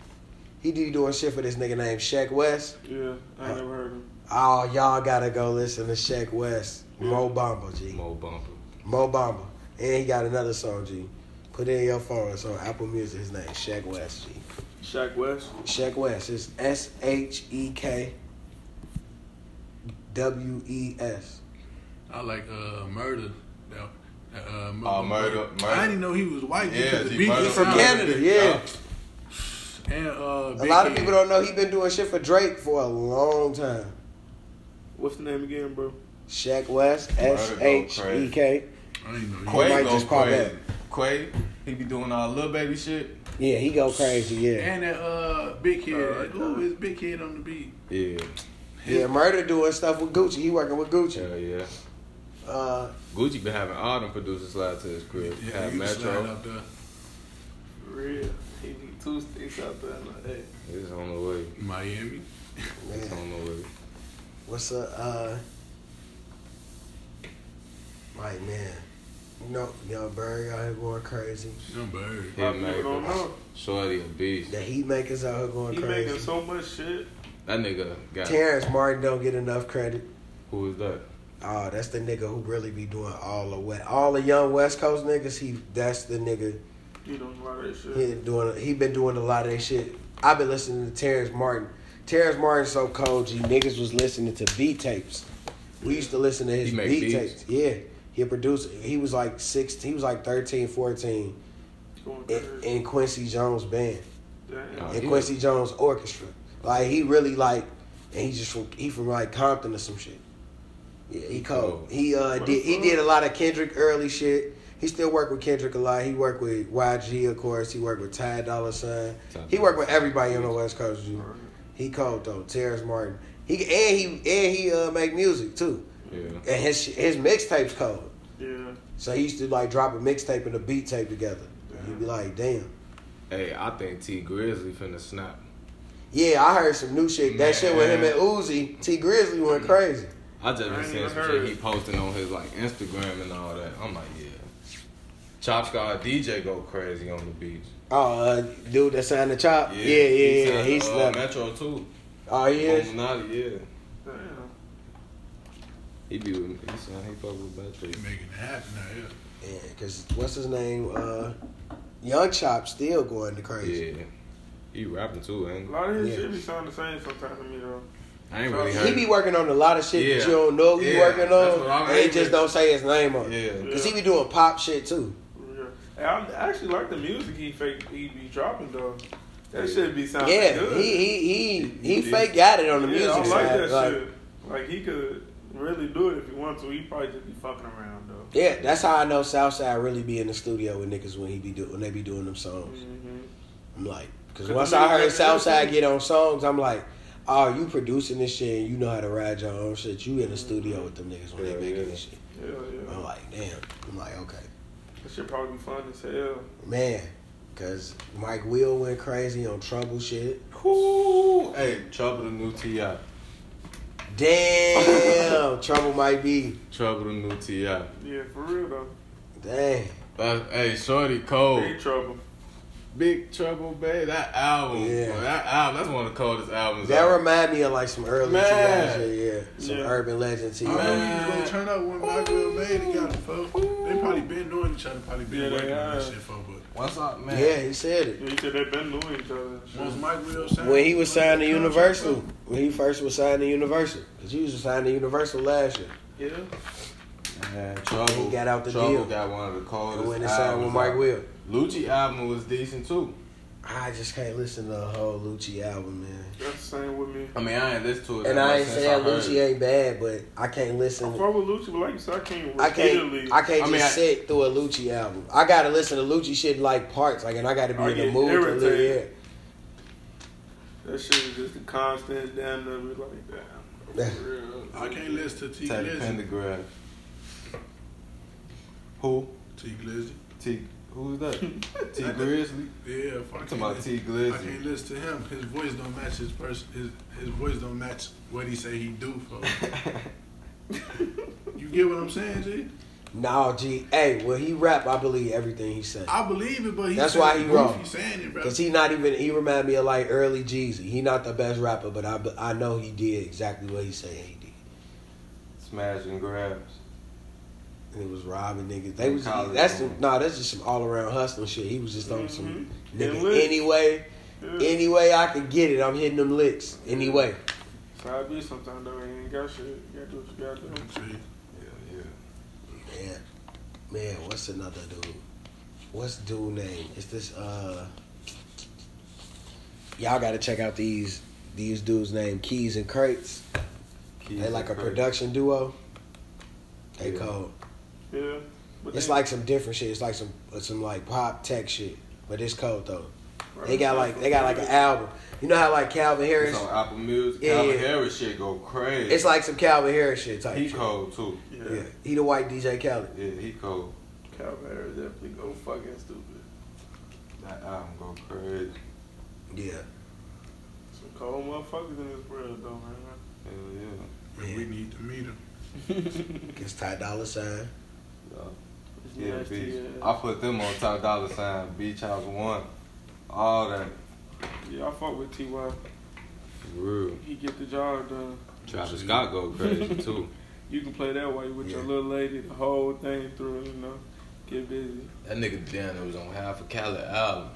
S1: He be doing shit for this nigga named Shaq West.
S2: Yeah, I ain't never heard him.
S1: Oh y'all gotta go listen to Shaq West, Mo Bamba, G.
S3: Mo Bumper.
S1: Mo Bamba. And he got another song, G. Put it in your phone. It's on Apple Music. His name Shaq West, G.
S2: Shaq West.
S1: Shaq West. It's S H E K W E S.
S4: I like uh, murder. That, that, uh,
S3: Oh, Murder-
S4: I
S3: Murder.
S4: didn't even know he was white.
S3: Yeah,
S4: because the
S3: G,
S4: beat
S3: Murder-
S4: was
S1: From
S4: out.
S1: Canada, yeah.
S4: And uh,
S1: A lot of people don't know he been doing shit for Drake for a long time.
S2: What's the name again, bro?
S1: Shaq West. S H E K.
S4: I didn't know. he-
S1: Quay
S3: Quay
S1: might
S3: go
S1: just pop
S3: crazy. Quay, he be doing all little baby shit.
S1: Yeah, he go crazy. Yeah.
S4: And that uh, big head.
S2: Alright,
S4: Ooh, it's big head on the beat.
S3: Yeah.
S1: Yeah, Murder doing stuff with Gucci. He working with Gucci.
S3: Hell yeah.
S1: Uh,
S3: Gucci been having all them producers slide to his crib.
S4: Yeah,
S3: Have
S4: you can slide
S3: Metro.
S4: up there.
S2: For real. He be two sticks out there. Like, hey.
S3: It's on the way.
S4: Miami.
S3: It's on the way.
S1: what's up? Uh, like man, you know, young Berg out here going crazy.
S4: Them birds.
S2: A lot of people don't
S3: Hitmaker.
S2: know.
S3: Shorty a beast.
S1: The heat makers out here going
S2: He making
S1: crazy.
S2: so much shit.
S3: That nigga got
S1: Terrence Martin don't get enough credit.
S3: who is that?
S1: Oh, that's the nigga who really be doing all the wet, all the young West Coast niggas. He that's the nigga
S2: You don't know that shit.
S1: He been doing he been doing a lot of that shit. I've been listening to Terrence Martin. Terrence Martin so cold, G niggas was listening to beat tapes. We used to listen to his
S3: He make
S1: beat
S3: beats?
S1: tapes. Yeah. He produced he was like 16, he was like 13, 14
S2: Going
S1: in,
S2: crazy.
S1: in Quincy Jones band.
S2: Damn.
S3: Oh,
S1: In
S3: yeah.
S1: Quincy Jones orchestra. Like he really like and he just from he from like Compton or some shit. Yeah, he cold. He uh
S2: What
S1: did
S2: the
S1: he
S2: fuck?
S1: did a lot of Kendrick early shit. He still worked with Kendrick a lot. He worked with YG, of course. He worked with Ty Dolla Sign. He worked with everybody on the West Coast. G. He cold though. Terrence Martin. He and he and he uh make music too.
S3: Yeah.
S1: And his his mixtapes cold.
S2: Yeah.
S1: So he used to like drop a mixtape and a beat tape together. You'd be like, damn.
S3: Hey, I think T Grizzly finna snap.
S1: Yeah, I heard some new shit. That shit with him
S3: Man.
S1: and Uzi, T Grizzly went crazy.
S3: I just
S2: I
S3: been
S2: ain't
S3: seeing
S2: even
S3: some shit
S2: heard.
S3: he posting on his like Instagram and all that. I'm like, yeah. Chop Scar DJ go crazy on the beach.
S1: Oh, uh, dude that signed the chop. Yeah, yeah, yeah. yeah.
S3: signed
S1: He
S3: to, uh,
S1: slept.
S3: Metro too.
S1: Oh, he is.
S3: Illuminati, yeah.
S2: Damn.
S3: He be with me. He signed. He fuck with Metro.
S4: They making it happen now, yeah.
S1: Yeah, cause what's his name? Uh, Young Chop still going to crazy.
S3: Yeah. He rapping too, ain't
S2: A
S3: he?
S2: lot of his
S1: Yeah.
S2: shit be sounding the same sometimes to me, though.
S3: I ain't really
S2: Yeah.
S3: heard.
S1: He be working on a lot of shit that
S3: Yeah.
S1: you don't know he
S3: Yeah,
S1: working
S3: that's what
S1: on.
S3: I'm
S1: They
S3: aiming.
S1: just don't say his name on. it.
S3: yeah.
S1: Cause he be doing pop shit too.
S2: Yeah. And I actually like the music he fake he be dropping though. That shit be sounding
S1: Yeah,
S2: good.
S1: he he he he
S3: He did.
S1: fake got it on the
S2: yeah,
S1: music
S2: I like
S1: side.
S2: that
S1: like,
S2: shit. Like he could really do it if he wanted to. He probably just be fucking around though.
S1: yeah, that's how I know Southside really be in the studio with niggas when he be do when they be doing them songs.
S2: Mm-hmm.
S1: I'm like, because
S2: Cause
S1: once
S2: the
S1: I
S2: niggas
S1: heard
S2: that-
S1: Southside get on songs, I'm like, oh, you producing this shit and you know how to ride your own shit. You in the studio with them niggas when they
S3: Yeah,
S1: making
S3: yeah.
S1: this shit.
S2: Yeah, yeah.
S1: I'm like, damn. I'm like, okay,
S2: That shit probably be fun as hell.
S1: man. Because Mike Will went crazy on trouble shit.
S3: Cool. Hey, Trouble the New T.I. [LAUGHS]
S1: Damn, trouble might be.
S3: Trouble the New T.I.
S2: Yeah, for real though.
S1: Dang.
S3: Uh, hey, Shorty
S1: Oh.
S3: Cole.
S2: Big trouble.
S3: Big Trouble, babe. That album.
S1: Yeah.
S3: That album. That's one of the coldest albums.
S1: That
S3: out.
S1: remind me of like some early
S3: Man.
S1: TI shit, yeah. Some
S2: Yeah.
S1: urban legend TI.
S4: I know
S3: Man.
S4: you gonna turn up when Michael made it got folk. They probably been knowing each other, probably been
S2: Yeah, they
S4: working on that
S2: are.
S4: shit for. But
S3: What's up, man?
S1: Yeah, he said it.
S2: Yeah, he said they've been knowing each other. and shit.
S1: Mm-hmm.
S4: once Mike Will signed,
S1: When he was signed to
S4: the contract,
S1: Universal, when he first was signed to Universal, because he was signed to Universal last year.
S2: Yeah.
S3: Man, Trouble.
S1: He got out the
S3: Trouble
S1: deal.
S3: got one of the coldest.
S1: And when it signed
S3: albums
S1: with Mike
S3: out.
S1: Will.
S3: Lucci album was decent too.
S1: I just can't listen to a whole Lucci album, man.
S2: That's the same with me.
S3: I mean, I ain't listened to it.
S1: And
S3: that
S1: I
S3: much
S1: ain't
S3: since
S1: saying
S3: I heard
S1: Lucci
S3: it.
S1: ain't bad, but I can't
S2: I
S1: listen.
S2: fuck with Lucci, but like you said, I can't
S1: Mm-hmm. I
S2: repeatedly.
S1: can't. I can't
S3: I
S1: just
S3: mean, I-
S1: sit through a Lucci album. I gotta listen to Lucci shit in, like parts, like, and I gotta be
S2: I
S1: in the
S2: get
S1: mood to live.
S2: irritated.
S1: Yeah.
S2: That shit is just a constant damn near be like damn. For real.
S4: I can't listen to T.
S3: Teddy
S4: Glizzy.
S3: Pendergrass. Who?
S4: T. Glizzy.
S3: T. Who's that?
S4: [LAUGHS]
S3: T. Grizzly.
S4: Yeah, fuck.
S3: Talking about T.
S4: I can't
S3: Glizzy.
S4: listen to him. His voice don't match his person. His his voice don't match what he say he do.
S3: [LAUGHS]
S4: For you get what I'm saying, G?
S1: Nah, G. Hey, when he rap, I believe everything he said.
S4: I believe it, but he
S1: That's
S4: saying
S1: why he
S4: it
S1: wrong.
S4: goofy saying it, bro.
S1: Cause he not even. He remind me of like early Jeezy. He not the best rapper, but I be- I know he did exactly what he said he did.
S3: Smash and grabs.
S1: And it was robbing niggas. They was
S3: College
S1: that's
S3: man.
S1: nah. That's just some all around hustling shit. He was just on some
S2: Mhm. And
S1: nigga
S2: lit.
S1: anyway.
S2: Yeah.
S1: Any way I can get it, I'm hitting them licks. Anyway,
S2: So I be sometimes though. You ain't got shit. You gotta do what you gotta do.
S4: See,
S3: Yeah, yeah.
S1: man, man, what's another dude? What's dude name? It's this. uh Y'all got to check out these these dudes named Keys and Crates.
S3: Keys
S1: They like a
S3: and Craig.
S1: production duo. They
S3: Yeah.
S1: cold.
S2: Yeah. But
S1: It's
S2: then-
S1: like some different shit. It's like some some like pop tech shit, but it's cold though. They got like they got like an album. You know how like Calvin Harris?
S3: It's on Apple Music.
S1: Yeah,
S3: Calvin
S1: yeah.
S3: Harris shit go crazy.
S1: It's like some Calvin Harris shit type.
S3: he
S1: shit.
S3: cold too.
S2: Yeah.
S1: Yeah, he the white DJ Khaled.
S3: Yeah, he cold.
S2: Calvin Harris definitely go fucking stupid.
S3: That album go crazy.
S1: Yeah,
S2: Some cold motherfuckers in this world, though, man.
S3: Hell yeah.
S4: And we need to meet him.
S1: it's Ty Dolla Sign.
S2: It's
S3: Yeah,
S2: nasty, uh,
S3: beach.
S2: yeah.
S4: uh,
S3: I put them on top dollar sign. Beach House One. All that.
S2: Yeah, I fuck with T.Y.
S3: For real.
S2: He get the job done.
S3: Travis Scott go crazy too.
S2: You can play that way with your
S1: Yeah.
S2: little lady the whole thing through, you know. Get busy.
S3: That nigga damn that was on half a Cali album.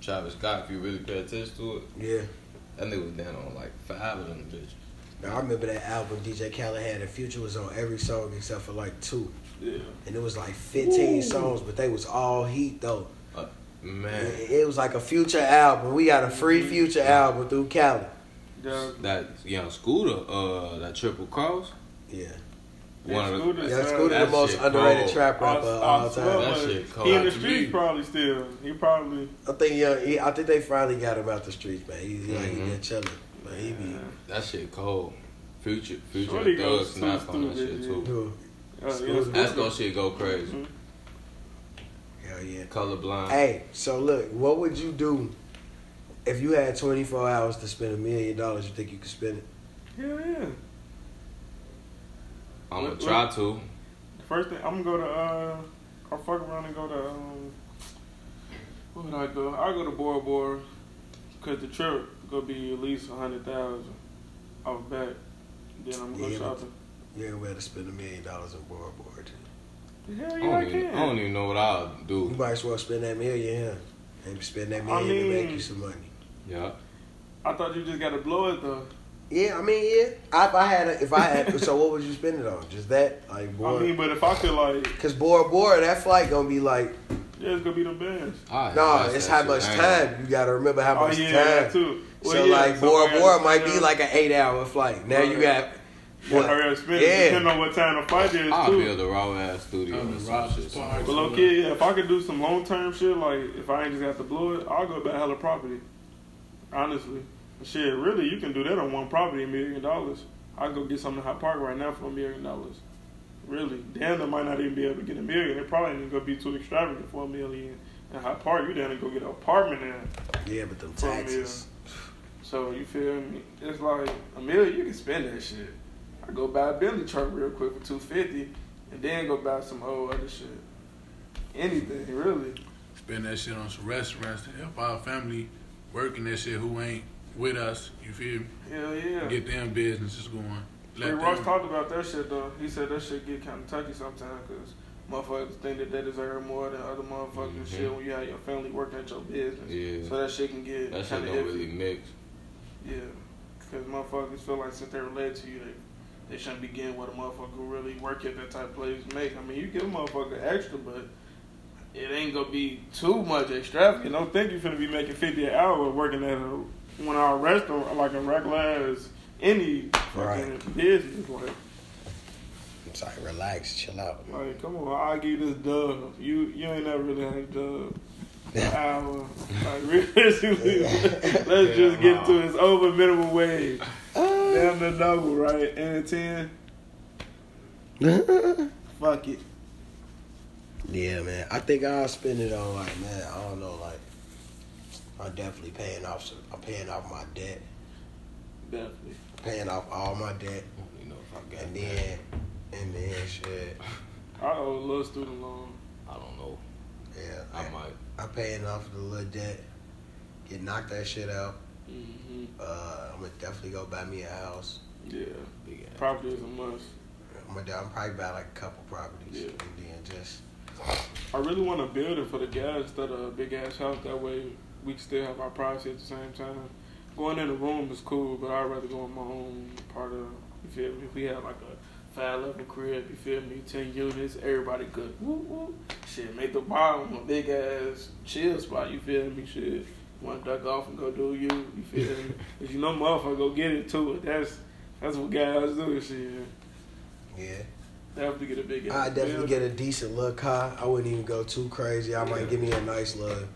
S3: Travis Scott, if you really pay attention to it,
S1: Yeah,
S3: that nigga was down on like five of them bitches.
S1: now, I remember that album DJ Khaled had. The Future was on every song except for like two,
S2: Yeah.
S1: and it was like fifteen songs, but they was all heat though.
S3: Man, Mm-hmm.
S1: It, it was like a Future album. We got a free Future album through Khaled.
S2: Job.
S3: that young scooter, uh, that triple cross.
S1: Yeah,
S3: One of the,
S2: Scooter.
S1: yeah, Scooter the
S3: That
S1: most
S3: shit
S1: underrated
S3: cold.
S1: trap
S2: I,
S1: rapper of
S2: I
S1: all
S2: swear,
S1: time.
S3: That
S2: but
S3: shit cold
S2: he in the
S3: to
S2: streets
S3: me.
S2: probably still. He probably.
S1: I think yeah, he, I think they finally got him out the streets, man. He, he, like, he
S3: Mhm.
S1: been chilling, but he be.
S3: that shit cold. Future, future,
S2: Shorty
S3: and
S2: goes
S3: thug snap
S2: too
S3: on that
S2: stupid,
S3: shit too.
S1: Dude,
S2: Uh, yeah,
S1: Scooter.
S3: That's gonna shit go crazy.
S2: Mhm.
S1: hell yeah.
S3: Colorblind.
S1: Hey, so look, what would you do if you had 24 hours to spend a million dollars? You think you could spend it?
S2: Hell yeah.
S3: I'm gonna
S2: what-
S3: try to.
S2: First thing, I'm gonna go to, uh, I'll fuck around and go to, um, where would I go? I'll go to Bora Bora, because the trip gonna be at least 100000 off back. Then I'm gonna
S1: Yeah,
S2: go shopping.
S1: You ain't where to spend a million dollars on board board.
S2: Hell
S3: I
S2: yeah, I
S3: don't, even,
S2: can.
S3: I don't even know what I'll
S1: You
S3: do.
S1: might as well spend that million here and spend that
S2: I
S1: million to make
S2: mean-
S1: you some money.
S3: Yeah.
S2: I thought you just gotta blow it, though.
S1: Yeah, I mean, yeah. I, if I had, a, if I had, so what would you spend it on? Just that, like
S2: I
S1: board.
S2: mean, but if I could, like,
S1: Cause Bora Bora, that flight gonna be like,
S2: yeah, it's gonna be the best.
S3: I
S1: no,
S3: invest
S1: it's
S3: that
S1: how
S3: shit.
S1: much
S3: I ain't-
S1: time you gotta remember how
S2: Oh,
S1: much
S2: yeah,
S1: time.
S2: that too. Well,
S1: so
S2: yeah,
S1: like
S2: so
S1: Bora
S2: I
S1: Bora
S2: gotta-
S1: might be
S2: yeah.
S1: like an eight hour flight. Now you
S2: Right.
S1: got,
S2: Yeah, hurry up, spend it,
S1: Yeah.
S2: depending on what time the fight is,
S3: I'll
S2: too.
S3: build a raw ass studio
S4: I'm
S3: or
S4: in
S3: some
S4: Roberts
S3: shit.
S4: Park.
S2: But low key, yeah, if I could do some long term shit, like if I ain't just got to blow it, I'll go buy hella property. Honestly. Shit, really, you can do that on one property, a million dollars. I go get something in Hot Park right now for a million dollars. Really. Damn, I might not even be able to get a million. It probably ain't gonna be too extravagant for a million. In Hot Park, you down to go get an apartment in.
S1: yeah, but them
S2: From here.
S1: taxes.
S2: So you feel me? It's like a million, you can spend that shit. I go buy a Bentley truck real quick for two fifty, and then go buy some whole other shit. Anything really?
S4: Spend that shit on some restaurants to help our family working that shit who ain't with us. You feel me?
S2: Hell yeah.
S4: Get them businesses going.
S2: Ray
S4: Let
S2: Ross
S4: them-
S2: talked about that shit though. He said that shit get kind of touchy sometimes because motherfuckers think that they deserve more than other motherfuckers and shit
S3: Mhm.
S2: when you have your family working at your business.
S3: Yeah.
S2: So that shit can get
S3: That shit
S2: kind of
S3: don't
S2: iffy.
S3: really mix.
S2: Yeah, because motherfuckers feel like since they're related to you, they, they shouldn't be getting what a motherfucker who really work at that type of place make. I mean, you give a motherfucker extra, but it ain't gonna be too much extravagant. Don't think you finna be making fifty an hour working at a one hour restaurant like a regular as any fucking business. Like,
S1: I'm sorry, relax, chill out.
S2: like, come on, I'll give you this dub. You you ain't never really had a dub. An hour. Like, [LAUGHS] realistically, let's just get to it. It's over minimum wage. Damn the double, right? And a 10. Fuck it.
S1: Yeah, man. I think I'll spend it on like, man, I don't know, like I'm definitely paying off some I'm paying off my debt.
S2: Definitely.
S1: Paying off all my debt.
S3: I don't even know if I got
S1: And
S3: that.
S1: then and then shit.
S2: I owe a little student loan.
S3: I don't know.
S1: Yeah.
S3: I
S1: I'm,
S3: might.
S1: I'm paying off the little debt. Get knocked that shit out.
S2: Mm-hmm.
S1: Uh I'm gonna definitely go buy me a house.
S2: Yeah.
S3: Big ass.
S2: Property is a must.
S1: I'm gonna I'm probably buy like a couple properties.
S2: Yeah.
S1: And then just
S2: I really want to build it for the guys instead of a big ass house. That way we can still have our privacy at the same time. Going in the room is cool, but I'd rather go in my own part of. You feel me? If we had like a five level crib, you feel me? Ten units, everybody good. Woo woo. Shit, make the bottom a big ass chill spot. You feel me? Shit, want to duck off and go do you? You feel
S1: [LAUGHS]
S2: me? 'Cause you know, motherfucker, go get it too. That's that's what guys do. Shit,
S1: yeah.
S2: definitely get a big. ass
S1: I definitely
S2: building.
S1: get a decent little car. I wouldn't even go too crazy. I
S2: Yeah.
S1: might give me a nice little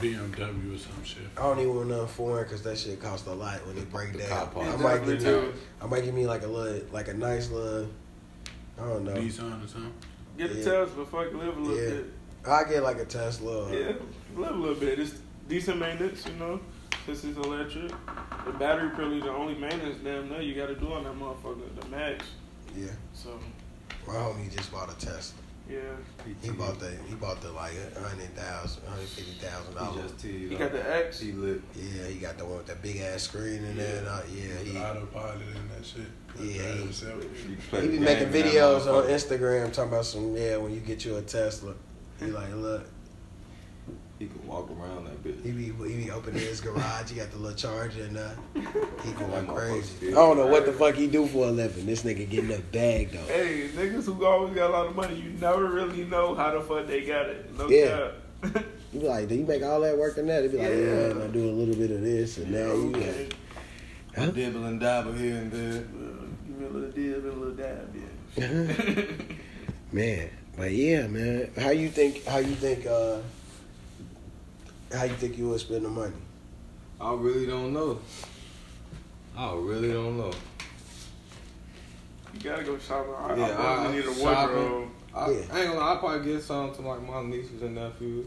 S4: BMW or some shit.
S1: I don't even want nothing foreign because that shit costs a lot when it break
S3: The
S1: down.
S3: car part.
S1: I
S2: It
S1: might get
S2: definitely
S1: me,
S2: do.
S1: I might give me like a little, like a nice little. I don't know.
S4: Nissan or something.
S2: Get a
S1: Yeah.
S2: Tesla, fuck, live a little
S1: Yeah. Uh, I get like a Tesla.
S2: bit. Yeah, live a little bit. It's decent maintenance, you know, since it's electric. The battery probably the only maintenance damn no you got to do on that motherfucker, the max.
S1: yeah.
S2: So
S1: My homie just bought a Tesla.
S2: yeah,
S1: He bought the he bought the like a hundred thousand, hundred fifty thousand
S3: He
S1: dollars.
S3: just teed
S2: you
S3: up.
S2: got the X.
S3: He lit.
S1: Yeah, he got the one with that big ass screen in there. And all, yeah, he.
S4: The autopilot and that shit.
S1: Yeah,
S4: Drive
S1: he-
S4: itself.
S3: He,
S1: He be making videos on Instagram talking about some yeah when you get you a Tesla. He like look,
S3: He can walk around that bitch.
S1: he be he be opening his garage. He got the little charger and uh, he going
S3: That motherfucker
S1: crazy. I
S3: still-
S1: don't know what the fuck he do for a living. This nigga getting a bag though.
S2: Hey, niggas who always got a lot of money, you never really know how the fuck they got it. No
S1: Yeah.
S2: cap.
S1: You be like, do you make all that work and that? He be like, yeah,
S2: Yeah.
S1: and I do a little bit of this and that. You got
S2: okay.
S1: Huh?
S3: Dibble and dabble here and there.
S2: Well, give me a little dib and a little dab, yeah.
S1: [LAUGHS] man but yeah man how you think how you think uh how you think you would spend the money
S3: I really don't know. I really don't know.
S2: You gotta go shopping. I,
S3: Yeah,
S2: I,
S3: I-
S2: really need a
S3: shopping.
S2: wardrobe.
S3: I,
S1: Yeah.
S3: I ain't gonna lie, I probably get some to like my nieces and nephews.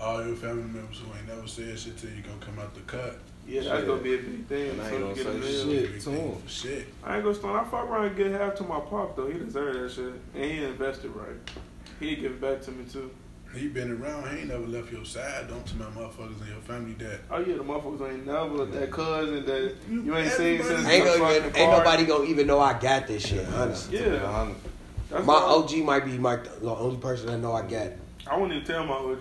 S4: All your family members who ain't never said shit till you gonna come out the cut.
S2: Yeah,
S3: Shit.
S2: that's gonna be a big thing.
S3: And I
S2: So
S3: ain't
S2: you
S3: gonna
S2: get a meal.
S3: say shit.
S4: Big
S3: to
S4: thing
S3: him.
S4: for Shit.
S2: I ain't gonna start. I fuck around and get half to my pop though. He deserved that shit, and he invested right. He give it back to me too.
S4: He been around. He ain't never left your side. Don't tell my motherfuckers in your family that.
S2: Oh yeah, the motherfuckers ain't never that cousin that you ain't seen since.
S4: Ain't
S2: the fucking car.
S1: gonna even know i got this shit
S3: To be
S2: Yeah.
S3: honest.
S2: That's
S1: my
S2: why I-
S1: og might be my the only person i know i got it.
S2: I wouldn't even tell my OG.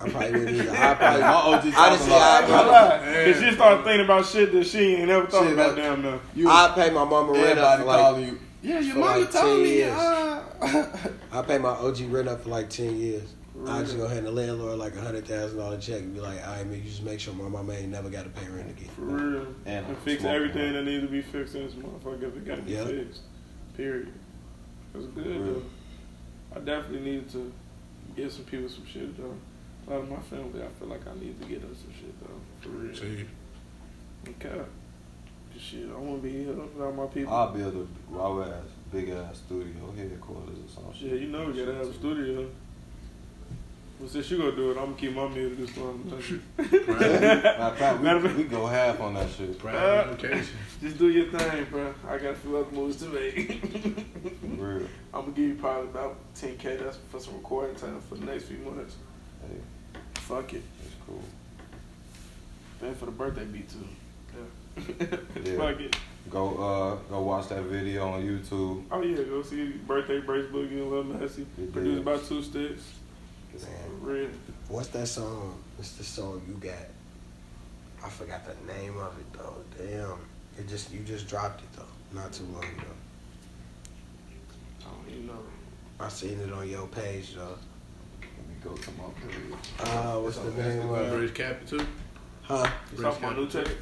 S1: i probably wouldn't either
S3: [LAUGHS]
S1: i probably
S3: My OG talking
S1: honestly
S3: about-
S2: I ain't
S1: I,
S2: gonna lie. If she started thinking about shit that she ain't never thought
S3: Shit,
S2: about,
S3: that-
S2: damn no.
S3: You,
S1: I, pay my mama rent up
S3: everybody
S1: for
S3: calling
S1: like
S3: you. Yeah, your
S1: for
S3: mama
S1: like 10
S3: told me.
S1: years.
S3: Uh,
S1: i pay my og rent up for like 10 years I just go ahead and the landlord like a hundred thousand dollar check and be like, all right, man, you just make sure my mama ain't never got to pay rent again.
S2: For real.
S3: And
S2: And, fix
S3: smoke
S2: everything
S3: more.
S2: that needs to be fixed in this motherfucker if it got to be
S1: Yeah.
S2: fixed. Period. That's good,
S3: Real.
S2: though. I definitely need to get some people some shit, though. A lot of my family, I feel like I need to get them some shit, though. For real.
S4: See,
S2: Okay. 'Cause Shit, I want to be here without my people.
S3: I'll build a raw ass, big ass studio headquarters or some shit.
S2: Shit, you know we gotta have a studio. Well, since you gonna do it, I'm gonna keep my meal to this
S3: [LAUGHS]
S2: one. [LAUGHS]
S4: Right.
S3: Matter of fact, we, we go half on that shit. For
S4: private location.
S2: Just do your thing, bro. I got a few other moves to make.
S3: real.
S2: I'm gonna give you probably about 10k. That's for some recording time for the next few months.
S3: Hey,
S2: Fuck it.
S3: that's cool.
S2: Pay for the birthday beat too. Yeah.
S3: Yeah.
S2: Fuck it.
S3: Go uh go watch that video on YouTube.
S2: Oh yeah, go see birthday brace boogie and Lil Massey.
S3: Yeah.
S2: Produced by Two Sticks.
S1: Man,
S2: Real.
S1: What's that song? It's the song you got. I forgot the name of it though. Damn, it just you just dropped it though, not too long ago.
S2: I don't even know.
S1: I seen it on your page though.
S3: Let me go to my page.
S1: Uh, what's the name of it?
S4: Bridge Capital.
S1: Huh?
S2: It's
S4: Bridge
S2: off my new
S4: Capital.
S2: tape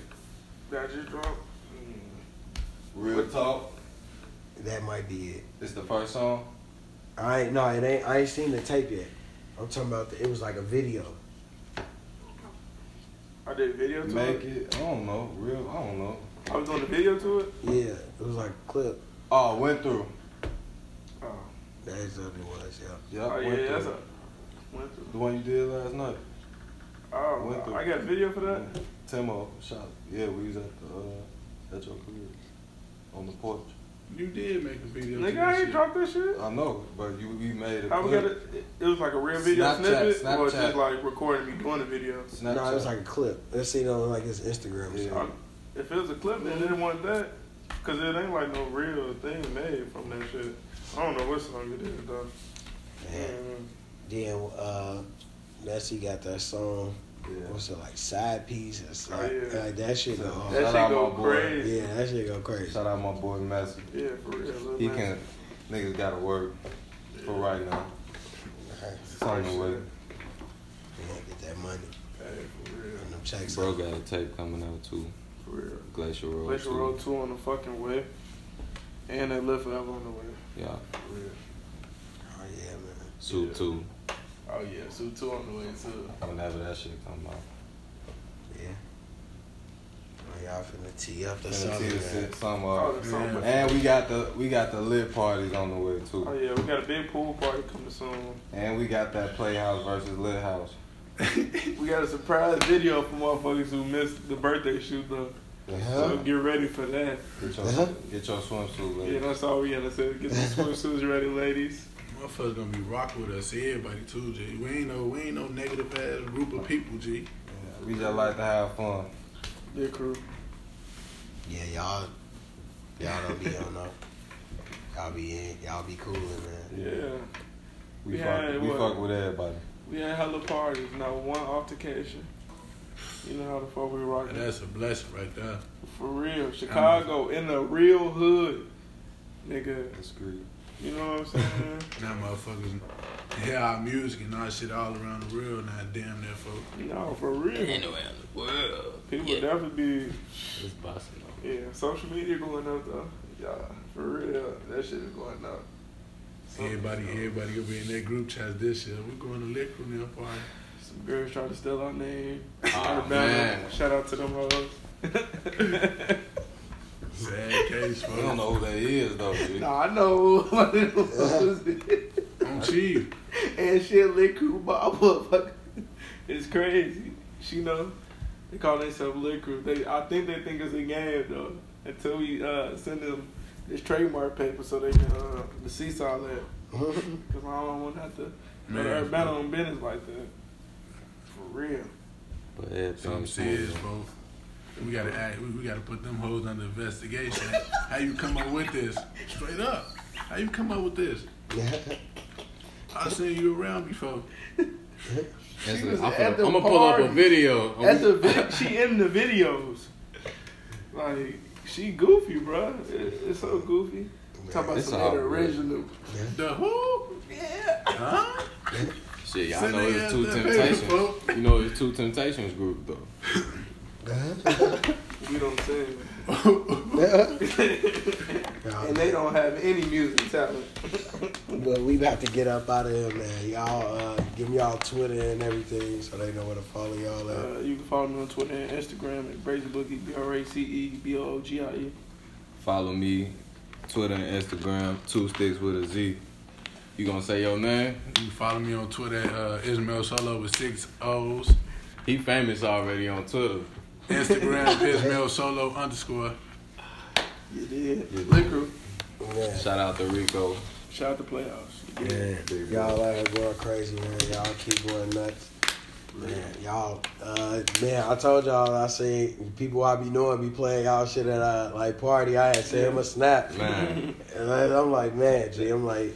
S2: that I just dropped. Mm.
S3: Real talk.
S1: That might be it.
S3: It's the first song.
S1: I ain't no, it ain't. I ain't seen the tape yet. I'm talking about the, it was like a video.
S2: I did a video to
S3: Make
S2: it.
S3: it. I don't know. Real. I don't know.
S2: I was doing a video to it.
S1: Yeah, it was like a clip.
S3: Oh, went through.
S2: Oh,
S1: That is what it was. Yeah.
S3: Yeah,
S2: oh
S3: went
S2: yeah, that's
S3: through.
S2: a. Went through.
S3: the one you did last night. Went
S2: Oh,
S3: through.
S2: I got a video for that.
S3: Timo shot. Yeah, we was at the uh, at your crib on the porch.
S4: You did make a video. to
S2: Nigga,
S4: that
S2: I ain't
S4: shit.
S2: dropped that shit.
S3: I know, but you we made a
S2: I was
S3: clip.
S2: gonna, it- it was like a real video
S3: Snapchat,
S2: snippet, or
S3: Snapchat.
S2: just like recording me doing the video.
S3: Snapchat.
S1: No, it was like a clip. I seen it on like his Instagram.
S3: Yeah.
S2: I, if it was a clip, then it wasn't that, cause it ain't like no real thing made from that shit. I don't know what song it is though.
S1: Man. Then uh, Nessie got that song.
S3: Yeah.
S1: What's it like? Side piece. It's
S2: Oh,
S1: like,
S2: yeah.
S1: like that shit go.
S3: Shout
S1: off.
S2: That
S3: out
S2: shit
S3: my
S2: go
S3: boy.
S2: crazy. Yeah.
S1: Yeah, that shit go crazy.
S3: Shout out my boy Messi.
S2: for real. Lil
S3: He
S2: Nas.
S3: can. Niggas gotta work for right now. Something with it.
S1: You gonna get that money
S2: Hey, for real,
S1: and them checks.
S3: Bro
S1: Bro.
S3: got a tape coming out too.
S2: for real.
S3: Glacier Road.
S2: Glacier
S3: too.
S2: Road two on the fucking way, and they live forever on the way.
S3: Yeah.
S2: For real.
S1: Oh yeah, man.
S3: Soup
S2: Yeah.
S3: too.
S2: Oh yeah, Sue two on the way too.
S3: Whenever that shit come out.
S1: Yeah. Well, y'all finna tee up the
S3: Send it
S1: summer.
S3: to you,
S1: man.
S3: send some
S2: Oh,
S3: up.
S2: the summer.
S3: And we got the we got the lit parties on the way too.
S2: Oh yeah, we got a big pool party coming soon.
S3: And we got that playhouse versus lit house.
S2: [LAUGHS] We got a surprise video for motherfuckers who missed the birthday shoot though.
S3: Uh-huh.
S2: So
S1: Huh?
S2: get ready for that.
S3: Get your,
S1: Huh?
S3: get your swimsuit
S2: Yeah,
S3: ready.
S2: that's all we gotta say. Get some swimsuits ready, ladies.
S4: Motherfuckers gonna be rock with us, everybody too, G. We ain't no, we ain't no negative ass group of people, G.
S3: We just like to have fun.
S2: Yeah, crew.
S1: Yeah, y'all, y'all don't be on no. Y'all be in, y'all be coolin', man. [LAUGHS]
S2: Yeah.
S3: We
S2: Yeah,
S3: fuck we
S2: what?
S3: fuck with everybody.
S2: We had hella parties, not one altercation. You know how the fuck we
S4: And
S2: rockin'.
S4: that's a blessing right there.
S2: For real. Chicago in the real hood. Nigga.
S3: It's great.
S2: You know what I'm saying? [LAUGHS]
S4: Now motherfuckers hear our music and all that shit all around the world. Now damn that folk.
S2: no, for real.
S5: Anywhere in the world.
S2: People
S5: yeah.
S2: definitely be
S5: It's busting though.
S2: yeah, social media going up though. Yeah, for real. That shit is going up. Some-
S4: Everybody,
S2: you know,
S4: everybody gonna be in that group chat this year. We're going to lick from their party.
S2: Some girls trying to steal our name.
S3: Oh,
S2: Alabama.
S3: man.
S2: Shout out to them hoes.
S4: Sad case,
S3: We don't
S4: folk.
S3: know who that is though, G.
S2: nah, I know what it was.
S4: I'm chief.
S2: and she a lit crew ball motherfucker. It's crazy. She know they call themselves lit crew. They I think they think it's a game though. Until we uh, send them this trademark paper so they can uh, the seesaw that. Cause I don't want to have to
S4: Man.
S2: man, battle on business like that. For real.
S5: But yeah,
S4: Some serious, bro. We gotta act. We, we gotta put them hoes under investigation. How you come up with this? Straight up. How you come up with this?
S1: [LAUGHS]
S4: I seen you around before.
S2: She was
S5: I'm
S2: at
S5: gonna
S2: the
S5: pull up a
S2: party.
S5: video.
S2: That's
S5: [LAUGHS]
S2: the vid- she in the videos. Like she goofy, bro. It's so goofy. Talk about
S5: It's
S2: some
S5: all
S2: of the
S5: good.
S2: original.
S4: The who?
S2: Yeah.
S4: Huh?
S5: Shit, y'all
S4: Send
S5: know
S4: their
S5: it's two
S4: ass that paper,
S5: temptations.
S4: folk.
S5: You know it's two temptations group though.
S2: We don't sing.
S1: Y'all-
S2: And they don't have any music talent.
S1: But we about to get up out of here, man. Y'all uh, give me y'all Twitter and everything so they know where to follow y'all at.
S2: Uh, you can follow me on Twitter and Instagram at Brazy Boogie, B R A C E B O O G I E.
S3: Follow me, Twitter and Instagram, two sticks with a Z. You gonna say your name?
S4: You follow me on Twitter, at, uh, Ismail Solo with six O's.
S3: He famous already on Twitter.
S4: Instagram Ismail Solo underscore.
S2: You did.
S3: You did.
S2: Lit Crew.
S1: Yeah.
S3: Shout out to Rico.
S2: Shout out to Playoffs. You did.
S1: Yeah, y'all out here going crazy, man. Y'all keep going nuts. Man, y'all, uh, man, I told y'all, I seen people I be knowing be playing y'all shit at a like party. I had sent him a snap,
S4: [LAUGHS]
S3: Man,
S1: and I- I'm like, man, G, I'm like,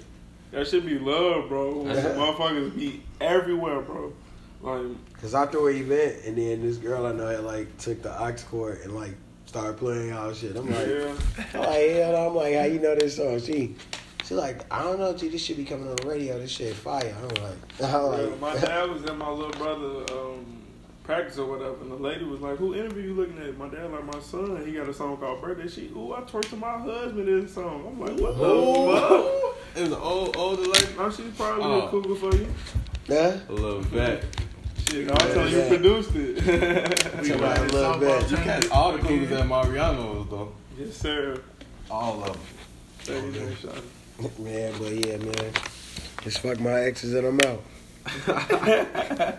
S2: That should be love, bro. When
S1: Yeah.
S2: Motherfuckers be everywhere, bro. Like,
S1: cause I threw an event, and then this girl I know had like took the ox court and like started playing y'all shit. I'm like,
S2: yeah.
S5: Oh,
S1: I'm like, hell, no. I'm like, how you know this song? She, she like, I don't know, G, this should be coming on the radio. This shit fire. I'm like,
S2: Yeah,
S1: I'm [LAUGHS]
S2: my
S1: like,
S2: dad was at my little brother um, practice or whatever, and the lady was like, "Who interview you looking at?" My dad like, "My son. He got a song called Birthday." She, "Ooh, I tortured my husband in this song." I'm like, "What
S4: Oh,
S2: the
S3: Ooh. it was an old older lady.
S2: fuck?" Now she's probably
S3: Oh.
S2: a cougar for you.
S1: huh?
S3: A little vet.
S2: Shit, I'll tell you
S1: Yeah.
S2: produced it.
S4: [LAUGHS]
S1: Tell her I love that.
S3: You catch all the cougars at Mariano's though.
S2: yes, sir.
S3: All of them.
S2: Thank you, man, shawty.
S1: Man, but yeah, man. Just fuck my exes and I'm out.